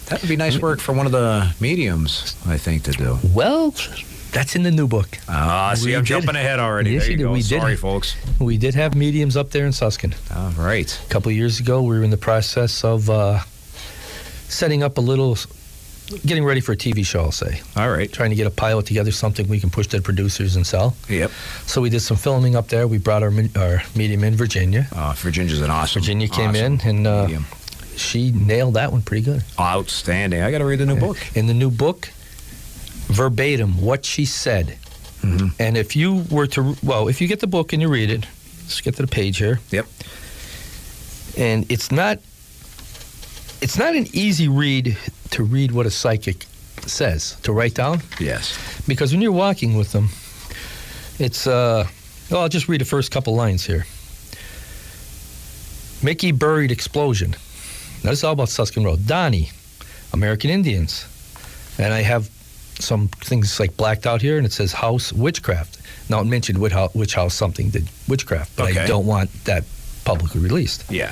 Speaker 4: That would be nice work for one of the mediums, I think, to do.
Speaker 3: Well, that's in the new book.
Speaker 4: Ah, see,
Speaker 3: We
Speaker 4: I'm
Speaker 3: did-
Speaker 4: jumping ahead already.
Speaker 3: Yes, you
Speaker 4: there you
Speaker 3: did.
Speaker 4: go.
Speaker 3: We did.
Speaker 4: Sorry, folks.
Speaker 3: We did have mediums up there in Suskin.
Speaker 4: All right.
Speaker 3: A couple of years ago, we were in the process of uh, setting up a little, getting ready for a TV show, I'll say.
Speaker 4: All right.
Speaker 3: Trying to get a pilot together, something we can push to the producers and sell.
Speaker 4: Yep.
Speaker 3: So we did some filming up there. We brought our, me- our medium in Virginia.
Speaker 4: Uh, Virginia's an awesome.
Speaker 3: Virginia came in
Speaker 4: awesome
Speaker 3: and, uh,
Speaker 4: medium.
Speaker 3: She nailed that one pretty good.
Speaker 4: outstanding. I got to read the new book.
Speaker 3: In the new book, verbatim, what she said.
Speaker 4: Mhm.
Speaker 3: And if you were to, well, if you get the book and you read it, let's get to the page here.
Speaker 4: Yep.
Speaker 3: and it's not it's not an easy read to read what a psychic says to write down
Speaker 4: Yes.
Speaker 3: because when you're walking with them it's uh well i'll just read the first couple lines here mickey buried explosion now this is all about suskin road donnie american indians and i have some things like blacked out here and it says house witchcraft now it mentioned which house, which house something did witchcraft but
Speaker 4: Okay.
Speaker 3: i don't want that publicly released
Speaker 4: Yeah.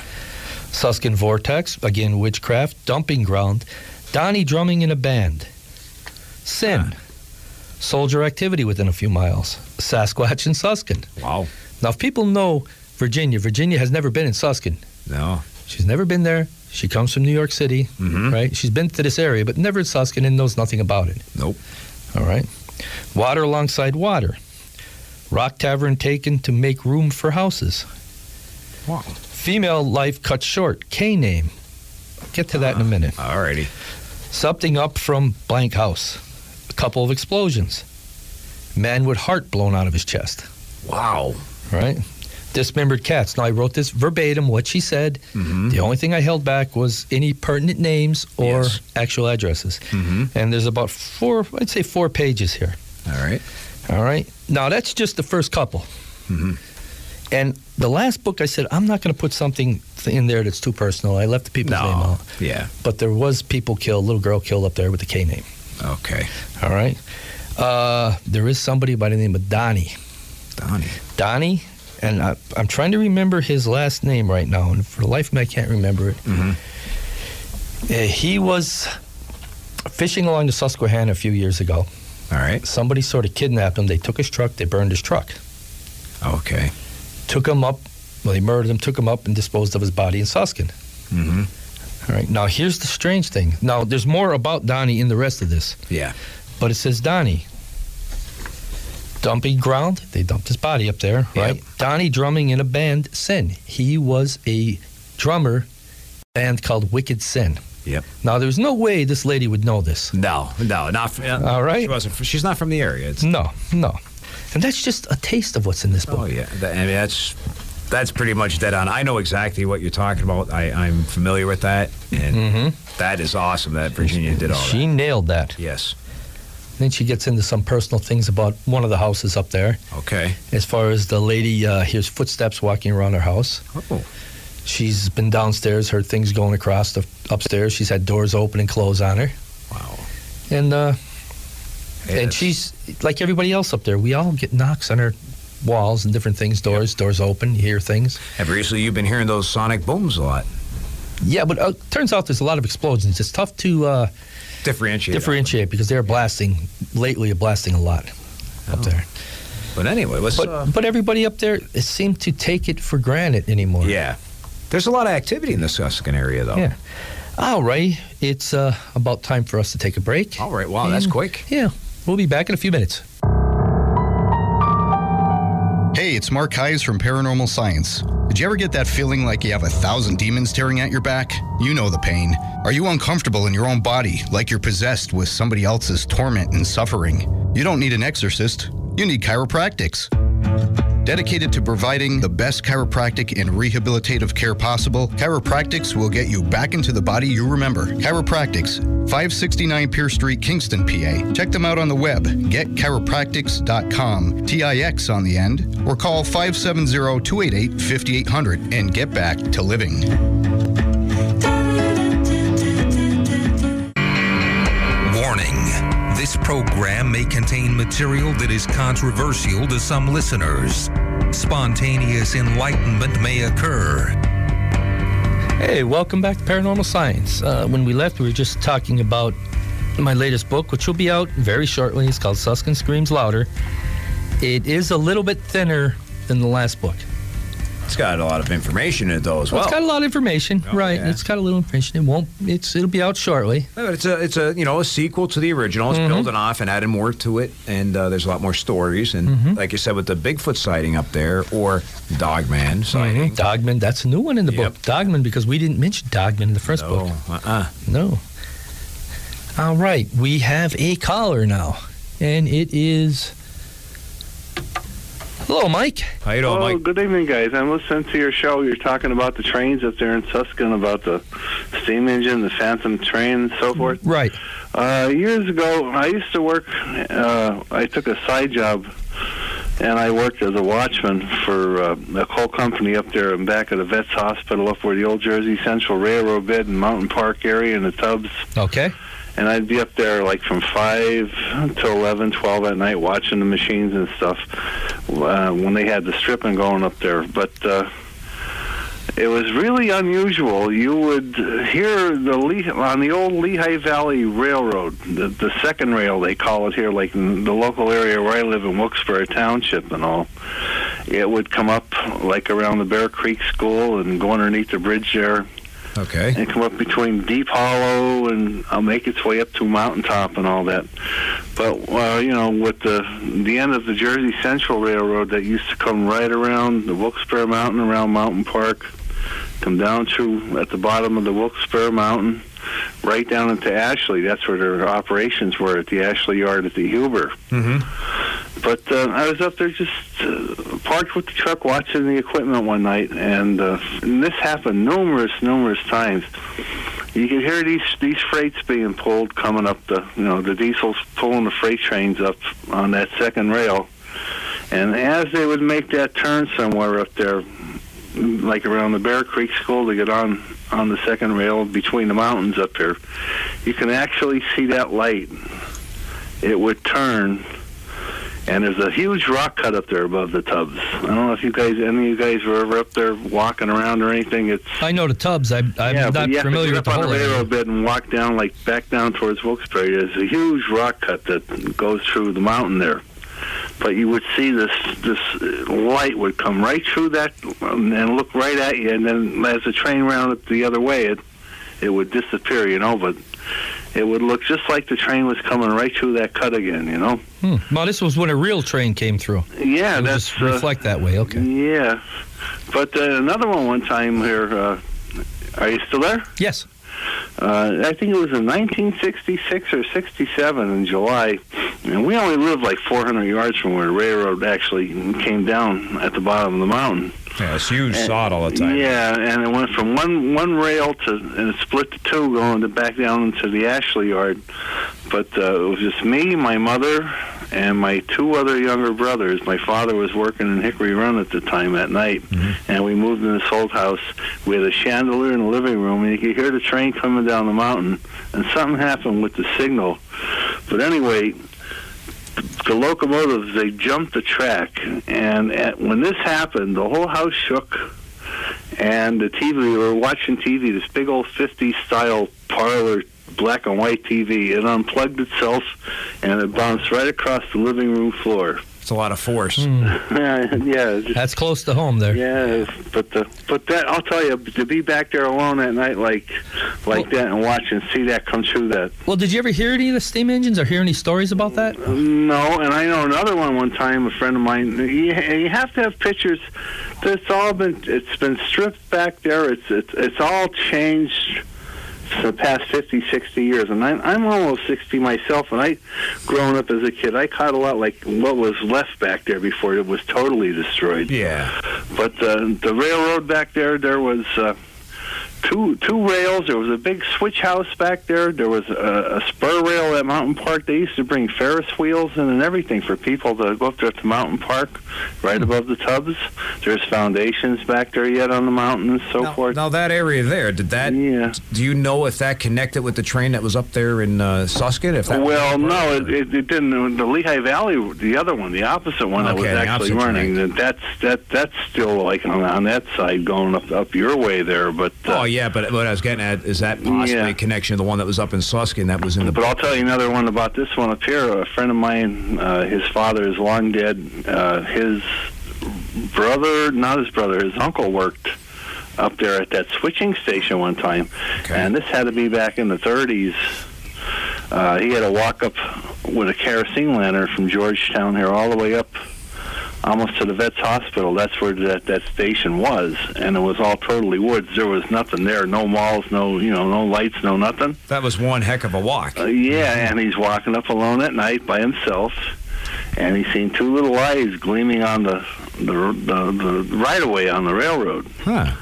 Speaker 3: Suskin Vortex, again witchcraft, dumping ground, Donnie drumming in a band, Sin, soldier activity within a few miles, Sasquatch and Suskin.
Speaker 4: Wow.
Speaker 3: Now, if people know Virginia, Virginia has never been in Suskin.
Speaker 4: No.
Speaker 3: She's never been there. She comes from New York City,
Speaker 4: Mhm.
Speaker 3: right? She's been to this area, but never in Suskin and knows nothing about it.
Speaker 4: Nope.
Speaker 3: All right. Water alongside water. Rock tavern taken to make room for houses.
Speaker 4: Wow.
Speaker 3: Female life cut short. K name. Get to that in a minute.
Speaker 4: All righty.
Speaker 3: Something up from blank house. A couple of explosions. Man with heart blown out of his chest.
Speaker 4: Wow.
Speaker 3: All right. Dismembered cats. Now I wrote this verbatim what she said.
Speaker 4: Mhm.
Speaker 3: The only thing I held back was any pertinent names or
Speaker 4: Yes.
Speaker 3: actual addresses.
Speaker 4: Mhm.
Speaker 3: And there's about four, I'd say four pages here.
Speaker 4: All right.
Speaker 3: All right. Now that's just the first couple.
Speaker 4: Mhm.
Speaker 3: And the last book, I said I'm not going to put something th- in there that's too personal. I left the people's name
Speaker 4: No.
Speaker 3: out,
Speaker 4: Yeah.
Speaker 3: but there was people killed, little girl killed up there with the K name.
Speaker 4: Okay.
Speaker 3: All right. Uh, there is somebody by the name of Donnie.
Speaker 4: Donnie.
Speaker 3: Donnie, and I, I'm trying to remember his last name right now, and for the life of me, I can't remember it.
Speaker 4: Mhm.
Speaker 3: Uh, he was fishing along the Susquehanna a few years ago.
Speaker 4: All right.
Speaker 3: Somebody sort of kidnapped him. They took his truck, they burned his truck,
Speaker 4: Okay.
Speaker 3: took him up, well, they murdered him, took him up, and disposed of his body in Susquehanna.
Speaker 4: Mm-hmm.
Speaker 3: All right. Now, here's the strange thing. Now, there's more about Donnie in the rest of this.
Speaker 4: Yeah.
Speaker 3: But it says Donnie. Dumping ground, they dumped his body up there,
Speaker 4: Yep.
Speaker 3: right? Donnie drumming in a band, Sin. He was a drummer band called Wicked Sin.
Speaker 4: Yep.
Speaker 3: Now there's no way this lady would know this.
Speaker 4: No, no, not. From, uh,
Speaker 3: All right.
Speaker 4: She wasn't. fr- She's not from the area. It's,
Speaker 3: No, no. And that's just a taste of what's in this book.
Speaker 4: oh yeah, That- I mean that's that's pretty much dead on. I know exactly what you're talking about. I, I'm familiar with that, and that is awesome that Virginia did all
Speaker 3: Mm-hmm. She
Speaker 4: that.
Speaker 3: nailed that.
Speaker 4: Yes.
Speaker 3: Then she gets into some personal things about one of the houses up there.
Speaker 4: Okay.
Speaker 3: As far as the lady uh, hears footsteps walking around her house.
Speaker 4: Oh.
Speaker 3: She's been downstairs, heard things going across the upstairs. She's had doors open and close on her.
Speaker 4: Wow.
Speaker 3: And uh,
Speaker 4: Hey,
Speaker 3: and
Speaker 4: that's-
Speaker 3: she's like everybody else up there. We all get knocks on our walls and different things, doors, doors open, you hear things.
Speaker 4: And recently, you've been hearing those sonic booms a lot.
Speaker 3: Yeah, but uh, turns out there's a lot of explosions. It's tough to uh,
Speaker 4: Differentiate.
Speaker 3: differentiate because they're blasting lately. Are blasting a lot
Speaker 4: Oh.
Speaker 3: up there.
Speaker 4: But anyway, let's.
Speaker 3: But
Speaker 4: uh,
Speaker 3: but everybody up there it seemed to take it for granted anymore.
Speaker 4: yeah. There's a lot of activity in the Susquehanna area, though.
Speaker 3: Yeah. All right, it's uh, about time for us to take a break.
Speaker 4: All right. Wow, that's
Speaker 3: And-
Speaker 4: quick.
Speaker 3: Yeah, we'll be back in a few minutes.
Speaker 5: Hey, it's Mark Hayes from Paranormal Science. Did you ever get that feeling like you have a thousand demons tearing at your back? You know the pain. Are you uncomfortable in your own body, like you're possessed with somebody else's torment and suffering? You don't need an exorcist, you need chiropractics. Dedicated to providing the best chiropractic and rehabilitative care possible, Chiropractics will get you back into the body you remember. Chiropractics, 569 Pier Street, Kingston, PA. Check them out on the web, getchiropractics.com, TIX on the end, or call 570 288 5800 and get back to living.
Speaker 1: Warning this program may contain material that is controversial to some listeners. Spontaneous enlightenment may occur.
Speaker 3: Hey, welcome back to Paranormal Science. Uh, when we left, we were just talking about my latest book, which will be out very shortly. It's called Suskin Screams Louder. It is a little bit thinner than the last book.
Speaker 4: It's got a lot of information in it, though, as
Speaker 3: Well,
Speaker 4: well.
Speaker 3: it's got a lot of information,
Speaker 4: Oh,
Speaker 3: right?
Speaker 4: yeah.
Speaker 3: It's got a little information. It won't. It's it'll be out shortly.
Speaker 4: No, It's a it's a you know a sequel to the original. It's building off and adding more to it, and uh, there's a lot more stories. And like you said, with the Bigfoot sighting up there or Dogman sighting.
Speaker 3: Dogman, that's a new one in the
Speaker 4: Yep.
Speaker 3: book. Dogman, because we didn't mention Dogman in the first book.
Speaker 4: No, uh-uh.
Speaker 3: No. All right, we have a caller now, and it is. Hello, Mike.
Speaker 4: How you doing,
Speaker 6: Oh,
Speaker 4: Mike?
Speaker 6: good evening, guys. I'm listening to your show. You're talking about the trains up there in Susquehanna, about the steam engine, the phantom train, and so forth.
Speaker 3: Right.
Speaker 6: Uh, years ago, I used to work. Uh, I took a side job, and I worked as a watchman for uh, a coal company up there and back at the Vets Hospital, up where the Old Jersey Central Railroad bed and Mountain Park area and the tubs.
Speaker 3: Okay.
Speaker 6: And I'd be up there like from five to eleven, twelve at night, watching the machines and stuff uh, when they had the stripping going up there. But uh, it was really unusual. You would hear the Le- on the old Lehigh Valley Railroad, the, the second rail they call it here, like in the local area where I live in Wilkesboro Township and all. It would come up like around the Bear Creek School and go underneath the bridge there
Speaker 4: Oh. Okay.
Speaker 6: and come up between Deep Hollow and uh, make its way up to Mountaintop and all that. But uh, you know, with the the end of the Jersey Central Railroad that used to come right around the Wilkes-Barre Mountain, around Mountain Park, come down through at the bottom of the Wilkes-Barre Mountain, right down into Ashley. That's where their operations were at the Ashley Yard at the Huber. But uh, I was up there just uh, parked with the truck watching the equipment one night, and, uh, and this happened numerous, numerous times. You could hear these these freights being pulled coming up the you know the diesels pulling the freight trains up on that second rail, and as they would make that turn somewhere up there, like around the Bear Creek School to get on on the second rail between the mountains up here, you can actually see that light. It would turn and there's a huge rock cut up there above the tubs. I don't know if you guys, any of you guys were ever up there walking around or anything. It's
Speaker 3: I know the tubs. I, I'm
Speaker 6: yeah, but
Speaker 3: not
Speaker 6: you have
Speaker 3: familiar
Speaker 6: to get
Speaker 3: with the
Speaker 6: up
Speaker 3: whole
Speaker 6: on a
Speaker 3: area.
Speaker 6: railroad bed and walk down like back down towards Wilkes-Barre. There's a huge rock cut that goes through the mountain there. But you would see this this uh, light would come right through that um, and look right at you, and then as the train rounded the other way, it it would disappear, you know. But it would look just like the train was coming right through that cut again, you know.
Speaker 3: Hmm. Well, this was when a real train came through.
Speaker 6: Yeah,
Speaker 3: It would
Speaker 6: that's
Speaker 3: just
Speaker 6: uh,
Speaker 3: reflect that way. Okay.
Speaker 6: Yeah, but uh, another one one time here. Uh, are you still there?
Speaker 3: Yes.
Speaker 6: Uh, I think it was in 1966 or 67 in July. And we only lived like 400 yards from where the railroad actually came down at the bottom of the mountain.
Speaker 4: Yeah, it's huge. Saw it all the time.
Speaker 6: Yeah, and it went from one one rail to and it split to two going to back down into the Ashley yard. But uh, it was just me, my mother, and my two other younger brothers. My father was working in Hickory Run at the time at night,
Speaker 4: Mm-hmm.
Speaker 6: and we moved in this old house. We had a chandelier in the living room, and you could hear the train coming down the mountain. And something happened with the signal. But anyway, the locomotives they jumped the track and at, when this happened the whole house shook and the tv we were watching tv this big old 50s style parlor black and white tv it unplugged itself and it bounced right across the living room floor
Speaker 4: It's a lot of force.
Speaker 6: yeah yeah it just-
Speaker 3: That's close to home there.
Speaker 6: yeah, but the but that I'll tell you to be back there alone at night like like that and watch and see that come through that
Speaker 3: Well, did you ever hear any of the steam engines or hear any stories about that?
Speaker 6: No, and I know another one. One time, a friend of mine. You, you have to have pictures. It's all been. It's been stripped back there. It's it's it's all changed for the past 50, 60 years. And I'm I'm almost sixty myself. And I, growing up as a kid, I caught a lot like what was left back there before it was totally destroyed.
Speaker 4: Yeah.
Speaker 6: But uh, the railroad back there, there was uh, two two rails. There was a big switch house back there. There was a, a spur rail at Mountain Park. They used to bring Ferris wheels in and everything for people to go up there to Mountain Park, right above the tubs. There's foundations back there yet on the mountain and so
Speaker 4: Now,
Speaker 6: forth.
Speaker 4: now that area there, did that?
Speaker 6: Yeah.
Speaker 4: Do you know if that connected with the train that was up there in uh, Suskin? If that
Speaker 6: Well, no, it, it, it didn't. The Lehigh Valley, the other one, the opposite one that
Speaker 4: Okay,
Speaker 6: was
Speaker 4: the
Speaker 6: actually
Speaker 4: opposite
Speaker 6: running, that's that that's still like on, on that side going up up your way there. But uh,
Speaker 4: Oh yeah, but what I was getting at is that possibly
Speaker 6: Yeah.
Speaker 4: a connection to the one that was up in Suskin that was in the.
Speaker 6: But I'll tell you another one about this one up here. A friend of mine, uh, his father is long dead. Uh, his brother, not his brother, his uncle worked up there at that switching station one time,
Speaker 4: Okay.
Speaker 6: and this had to be back in the 30s. Uh, he had to walk up with a kerosene lantern from Georgetown here all the way up almost to the vet's hospital. That's where that that station was, and it was all totally woods. There was nothing there, no malls, no you know, no lights, no nothing.
Speaker 4: that was one heck of a walk.
Speaker 6: Uh, yeah, and he's walking up alone at night by himself, and he's seen two little eyes gleaming on the the, the, the right of way on the railroad.
Speaker 4: Huh.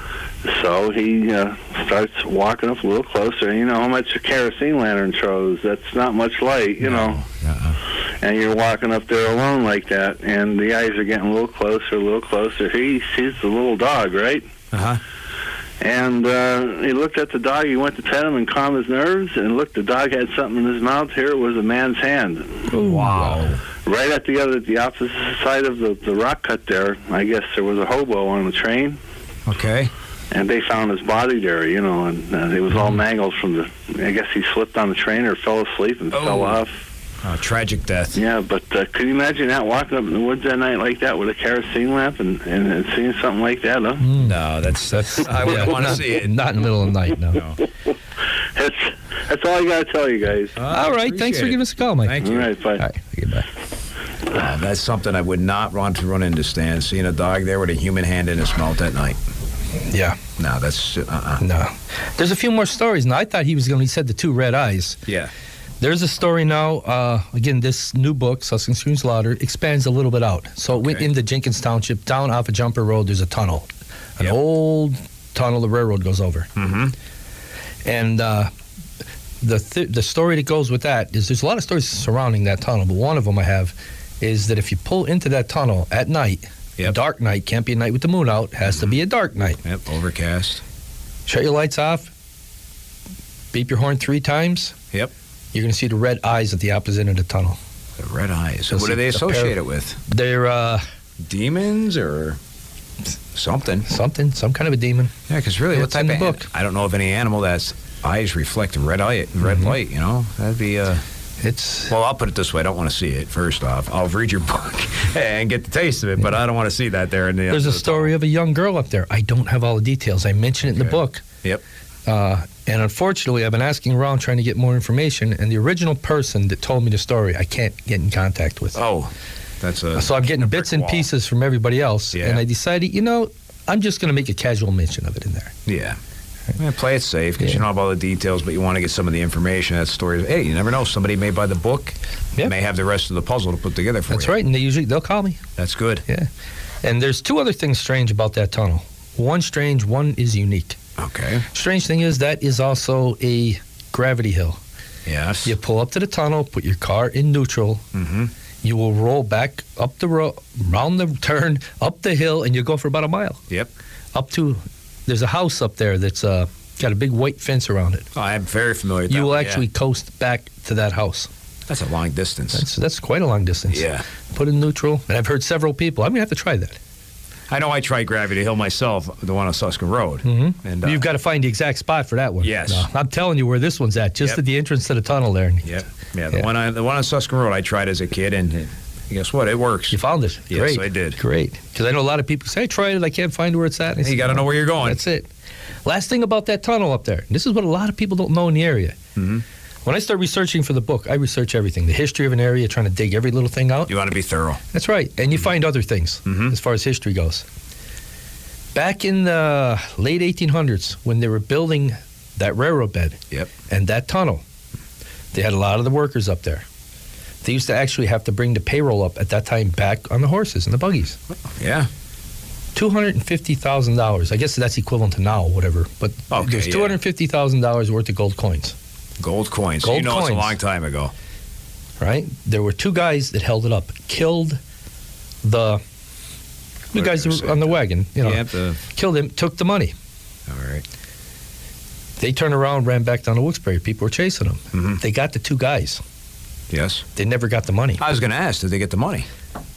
Speaker 6: So he uh, starts walking up a little closer. You know how much a kerosene lantern throws? That's not much light, you know.
Speaker 4: Uh-uh.
Speaker 6: And you're walking up there alone like that, and the eyes are getting a little closer, a little closer. He sees the little dog, right?
Speaker 4: Uh-huh.
Speaker 6: And uh, he looked at the dog. He went to pet him and calm his nerves. And look, the dog had something in his mouth. Here it was a man's hand,
Speaker 4: Wow.
Speaker 6: right at the other, the opposite side of the, the rock cut. There, I guess there was a hobo on the train,
Speaker 4: Okay.
Speaker 6: and they found his body there. You know, and uh, it was all
Speaker 4: Mm-hmm.
Speaker 6: mangled from the. I guess he slipped on the train or fell asleep and
Speaker 4: Oh.
Speaker 6: fell off.
Speaker 4: Uh, tragic death.
Speaker 6: Yeah, but uh, could you imagine that walking up in the woods that night like that with a kerosene lamp and and, and seeing something like that? Huh?
Speaker 4: Mm-hmm. No, that's that's. I would
Speaker 3: Yeah,
Speaker 4: want to
Speaker 3: not-
Speaker 4: see it.
Speaker 3: Not in the middle of the night, no.
Speaker 6: That's that's all I gotta tell you guys.
Speaker 3: All right, thanks for giving us a call, Mike.
Speaker 4: Thank
Speaker 6: all
Speaker 4: you.
Speaker 6: right, bye.
Speaker 3: All right, goodbye.
Speaker 4: Uh, that's something I would not want to run into, Stan. Seeing a dog there with a human hand in his mouth at night.
Speaker 3: Yeah,
Speaker 4: No, that's uh-uh.
Speaker 3: no. There's a few more stories, and I thought he was going to, he said the two red eyes.
Speaker 4: Yeah.
Speaker 3: There's a story now. Uh, again, this new book, Sussex Screams Louder, expands a little bit out. So it went
Speaker 4: Okay.
Speaker 3: into Jenkins Township, down off a jumper road. There's a tunnel, an
Speaker 4: Yep.
Speaker 3: old tunnel the railroad goes over.
Speaker 4: Mm-hmm.
Speaker 3: And uh, the th- the story that goes with that is there's a lot of stories surrounding that tunnel, but one of them I have is that if you pull into that tunnel at night, a
Speaker 4: Yep. Mm-hmm.
Speaker 3: dark night can't be a night with the moon out, has to be a dark night.
Speaker 4: Yep. Overcast.
Speaker 3: Shut your lights off, beep your horn three times.
Speaker 4: Yep.
Speaker 3: You're going to see the red eyes at the opposite end of the tunnel.
Speaker 4: The red eyes.
Speaker 3: Does
Speaker 4: What do
Speaker 3: it
Speaker 4: they
Speaker 3: compare-
Speaker 4: associate it with?
Speaker 3: They're uh,
Speaker 4: Demons or something?
Speaker 3: something, some kind of a demon.
Speaker 4: Yeah, because really, what
Speaker 3: It's
Speaker 4: type
Speaker 3: in
Speaker 4: of
Speaker 3: the
Speaker 4: an-
Speaker 3: book.
Speaker 4: I don't know of any animal that's eyes reflect red light. Red
Speaker 3: Mm-hmm.
Speaker 4: light, you know, that'd be. Uh,
Speaker 3: It's
Speaker 4: well, I'll put it this way: I don't want to see it. First off, I'll read your book and get the taste of it, but I don't want to see that there. In the
Speaker 3: there's a story of a young girl up there. I don't have all the details. I mention it in the
Speaker 4: Okay.
Speaker 3: book.
Speaker 4: Yep.
Speaker 3: Uh, and unfortunately, I've been asking around trying to get more information. And the original person that told me the story, I can't get in contact with.
Speaker 4: Oh, that's a.
Speaker 3: so I'm getting bits and
Speaker 4: wall.
Speaker 3: pieces from everybody else.
Speaker 4: Yeah.
Speaker 3: And I decided, you know, I'm just going to make a casual mention of it in there.
Speaker 4: Yeah. Yeah, play it safe because you know all the details, but you want to get some of the information. That story. Hey, you never know. Somebody may buy the book.
Speaker 3: Yeah.
Speaker 4: May have the rest of the puzzle to put together for
Speaker 3: That's
Speaker 4: you.
Speaker 3: right, and they usually they'll call me.
Speaker 4: That's good.
Speaker 3: Yeah, and there's two other things strange about that tunnel. One strange, one is unique.
Speaker 4: Okay.
Speaker 3: Strange thing is that is also a gravity hill.
Speaker 4: Yes.
Speaker 3: You pull up to the tunnel, put your car in neutral.
Speaker 4: Mhm.
Speaker 3: You will roll back up the road, round the turn, up the hill, and you go for about a mile.
Speaker 4: Yep.
Speaker 3: Up to there's a house up there that's uh, got a big white fence around it.
Speaker 4: Oh, I'm very familiar. With
Speaker 3: you
Speaker 4: that
Speaker 3: will
Speaker 4: one,
Speaker 3: actually coast back to that house.
Speaker 4: Yeah. That's a long distance.
Speaker 3: That's that's quite a long distance.
Speaker 4: yeah.
Speaker 3: Put in neutral, and I've heard several people. I'm gonna have to try that.
Speaker 4: I know. I tried Gravity Hill myself, the one on Susquehanna Road, mm-hmm. and uh,
Speaker 3: You've got to find the exact spot for that one.
Speaker 4: Yes.
Speaker 3: No, I'm telling you where this one's at, just
Speaker 4: Yep.
Speaker 3: at the entrance to the tunnel there.
Speaker 4: Yeah, yeah. The
Speaker 3: Yeah.
Speaker 4: one on the one on Susquehanna Road, I tried as a kid, and uh, guess what? It works.
Speaker 3: You found it.
Speaker 4: Yes,
Speaker 3: Great.
Speaker 4: I did.
Speaker 3: Great. Because I know a lot of people say, I tried it, I can't find where it's at. And I
Speaker 4: Hey,
Speaker 3: say,
Speaker 4: you got to
Speaker 3: "No,
Speaker 4: know where you're going.
Speaker 3: That's it. Last thing about that tunnel up there. and This is what a lot of people don't know in the area.
Speaker 4: Mm-hmm.
Speaker 3: When I start researching for the book, I research everything the history of an area, trying to dig every little thing out.
Speaker 4: You want to be thorough.
Speaker 3: That's right. And
Speaker 4: Mm-hmm.
Speaker 3: you find other things as far as history goes. Back in the late 1800s, when they were building that railroad bed
Speaker 4: Yep.
Speaker 3: and that tunnel, they had a lot of the workers up there. They used to actually have to bring the payroll up at that time back on the horses and the buggies.
Speaker 4: Yeah.
Speaker 3: $250,000. I guess that's equivalent to now, whatever. But
Speaker 4: Okay,
Speaker 3: there's
Speaker 4: yeah.
Speaker 3: $250,000 worth of gold coins,
Speaker 4: Gold coins. you
Speaker 3: Gold
Speaker 4: know, it's a
Speaker 3: coins.
Speaker 4: long time ago.
Speaker 3: right? There were two guys that held it up, killed the. The
Speaker 4: What
Speaker 3: guys
Speaker 4: did I
Speaker 3: that were
Speaker 4: say?
Speaker 3: on the wagon, you know,
Speaker 4: Yep, the-
Speaker 3: killed him, took the money.
Speaker 4: Uh, all right.
Speaker 3: They turned around, ran back down to Wilkes-Barre. People were chasing them.
Speaker 4: Mhm.
Speaker 3: They got the two guys.
Speaker 4: Yes.
Speaker 3: They never got the money.
Speaker 4: I was going to ask, did they get the money?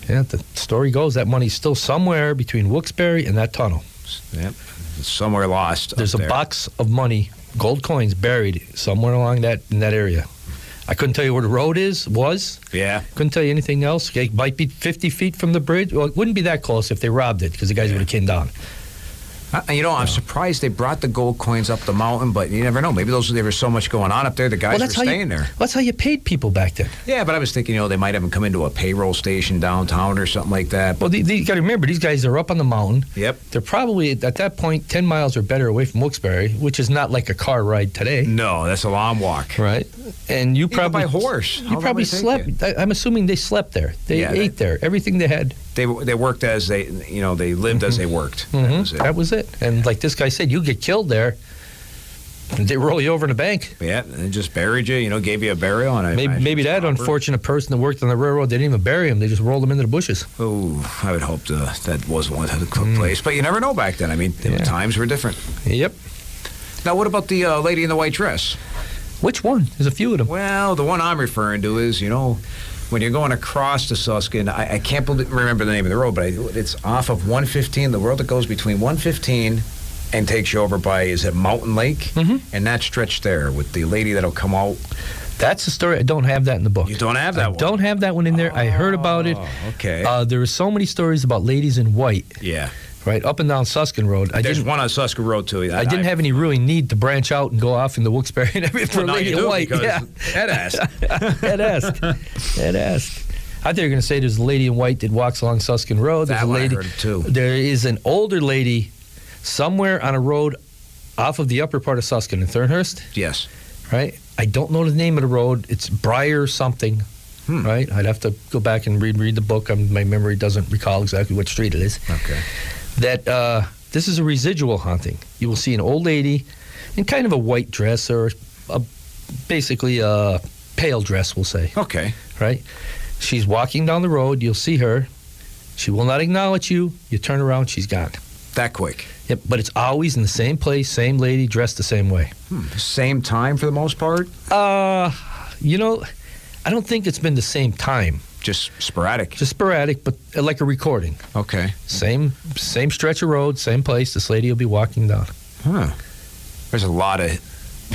Speaker 3: Yeah, the story goes that money's still somewhere between Wilkes-Barre and that tunnel.
Speaker 4: Yep. It's somewhere lost. up
Speaker 3: There's a
Speaker 4: there.
Speaker 3: box of money, gold coins buried somewhere along that in that area. I couldn't tell you where the road is was.
Speaker 4: Yeah.
Speaker 3: Couldn't tell you anything else. It might be 50 feet from the bridge. Well, it wouldn't be that close if they robbed it because the guys would have came down.
Speaker 4: Uh, you know, I'm surprised they brought the gold coins up the mountain, but you never know. Maybe those there was so much going on up there, the guys were
Speaker 3: how
Speaker 4: staying
Speaker 3: you,
Speaker 4: there.
Speaker 3: That's how you paid people back then.
Speaker 4: Yeah, but I was thinking, you know, they might have them come into a payroll station downtown or something like that.
Speaker 3: Well,
Speaker 4: But
Speaker 3: the, the, you got to remember these guys are up on the mountain.
Speaker 4: yep.
Speaker 3: They're probably at that point 10 miles or better away from Wilkes-Barre, which is not like a car ride today.
Speaker 4: No, that's a long walk.
Speaker 3: Right. And you
Speaker 4: could
Speaker 3: probably
Speaker 4: buy horse. How
Speaker 3: You
Speaker 4: long
Speaker 3: probably
Speaker 4: would it take
Speaker 3: slept.
Speaker 4: you?
Speaker 3: I, I'm assuming they slept there. They
Speaker 4: Yeah,
Speaker 3: ate there. Everything they had.
Speaker 4: They they worked as they you know they lived as they worked. That
Speaker 3: Mhm.
Speaker 4: was it.
Speaker 3: That was it. And like this guy said, you get killed there. They roll you over in a bank.
Speaker 4: Yeah, and they just buried you. You know, gave you a burial and I
Speaker 3: Maybe,
Speaker 4: imagine
Speaker 3: maybe
Speaker 4: it's
Speaker 3: that
Speaker 4: proper.
Speaker 3: unfortunate person that worked on the railroad, they didn't even bury him. They just rolled him into the bushes.
Speaker 4: Oh, I would hope the, that was one that took place, but you never know back then. I mean, the
Speaker 3: Hmm. Yeah.
Speaker 4: times were different.
Speaker 3: Yep.
Speaker 4: Now, what about the uh, lady in the white dress?
Speaker 3: Which one? There's a few of them.
Speaker 4: Well, the one I'm referring to is, you know, when you're going across to Susquehanna, I, I can't believe, remember the name of the road, but I, it's off of 115, the road that goes between 115 and takes you over by, is it Mountain Lake?
Speaker 3: Mhm.
Speaker 4: And that stretch there with the lady that'll come out.
Speaker 3: That's the story. I don't have that in the book.
Speaker 4: You don't have that
Speaker 3: I
Speaker 4: one.
Speaker 3: Don't have that one in there. I heard about it.
Speaker 4: Oh, okay.
Speaker 3: Uh, there are so many stories about ladies in white,
Speaker 4: yeah.
Speaker 3: right up and down Suskin Road. I
Speaker 4: There's
Speaker 3: didn't.
Speaker 4: one on Susquehanna Road, too.
Speaker 3: I didn't have any really need to branch out and go off into Wilkes-Barre and everything for
Speaker 4: Well, now
Speaker 3: Lady
Speaker 4: you
Speaker 3: in
Speaker 4: do
Speaker 3: White.
Speaker 4: because
Speaker 3: Yeah,
Speaker 4: that ass.
Speaker 3: that asked. That asked. I thought you were going to say there's a lady in white that walks along Suskin Road. There's
Speaker 4: That
Speaker 3: a
Speaker 4: one I
Speaker 3: lady.
Speaker 4: heard, too.
Speaker 3: There is an older lady somewhere on a road off of the upper part of Suskin in Thornhurst,
Speaker 4: Yes.
Speaker 3: right? I don't know the name of the road. It's Briar something,
Speaker 4: Hmm.
Speaker 3: right? I'd have to go back and read read the book. i my memory doesn't recall exactly what street it is
Speaker 4: Okay.
Speaker 3: that uh, this is a residual haunting. You will see an old lady in kind of a white dress or a, basically a pale dress, we'll say,
Speaker 4: Okay.
Speaker 3: right? She's walking down the road. You'll see her. She will not acknowledge you. You turn around, she's gone.
Speaker 4: That quick.
Speaker 3: Yep, but it's always in the same place, same lady, dressed the same way.
Speaker 4: Same time for the most part.
Speaker 3: Uh, you know, I don't think it's been the same time.
Speaker 4: Just sporadic.
Speaker 3: Just sporadic, but uh, like a recording.
Speaker 4: Okay.
Speaker 3: Same same stretch of road, same place. This lady will be walking down.
Speaker 4: Huh. There's a lot of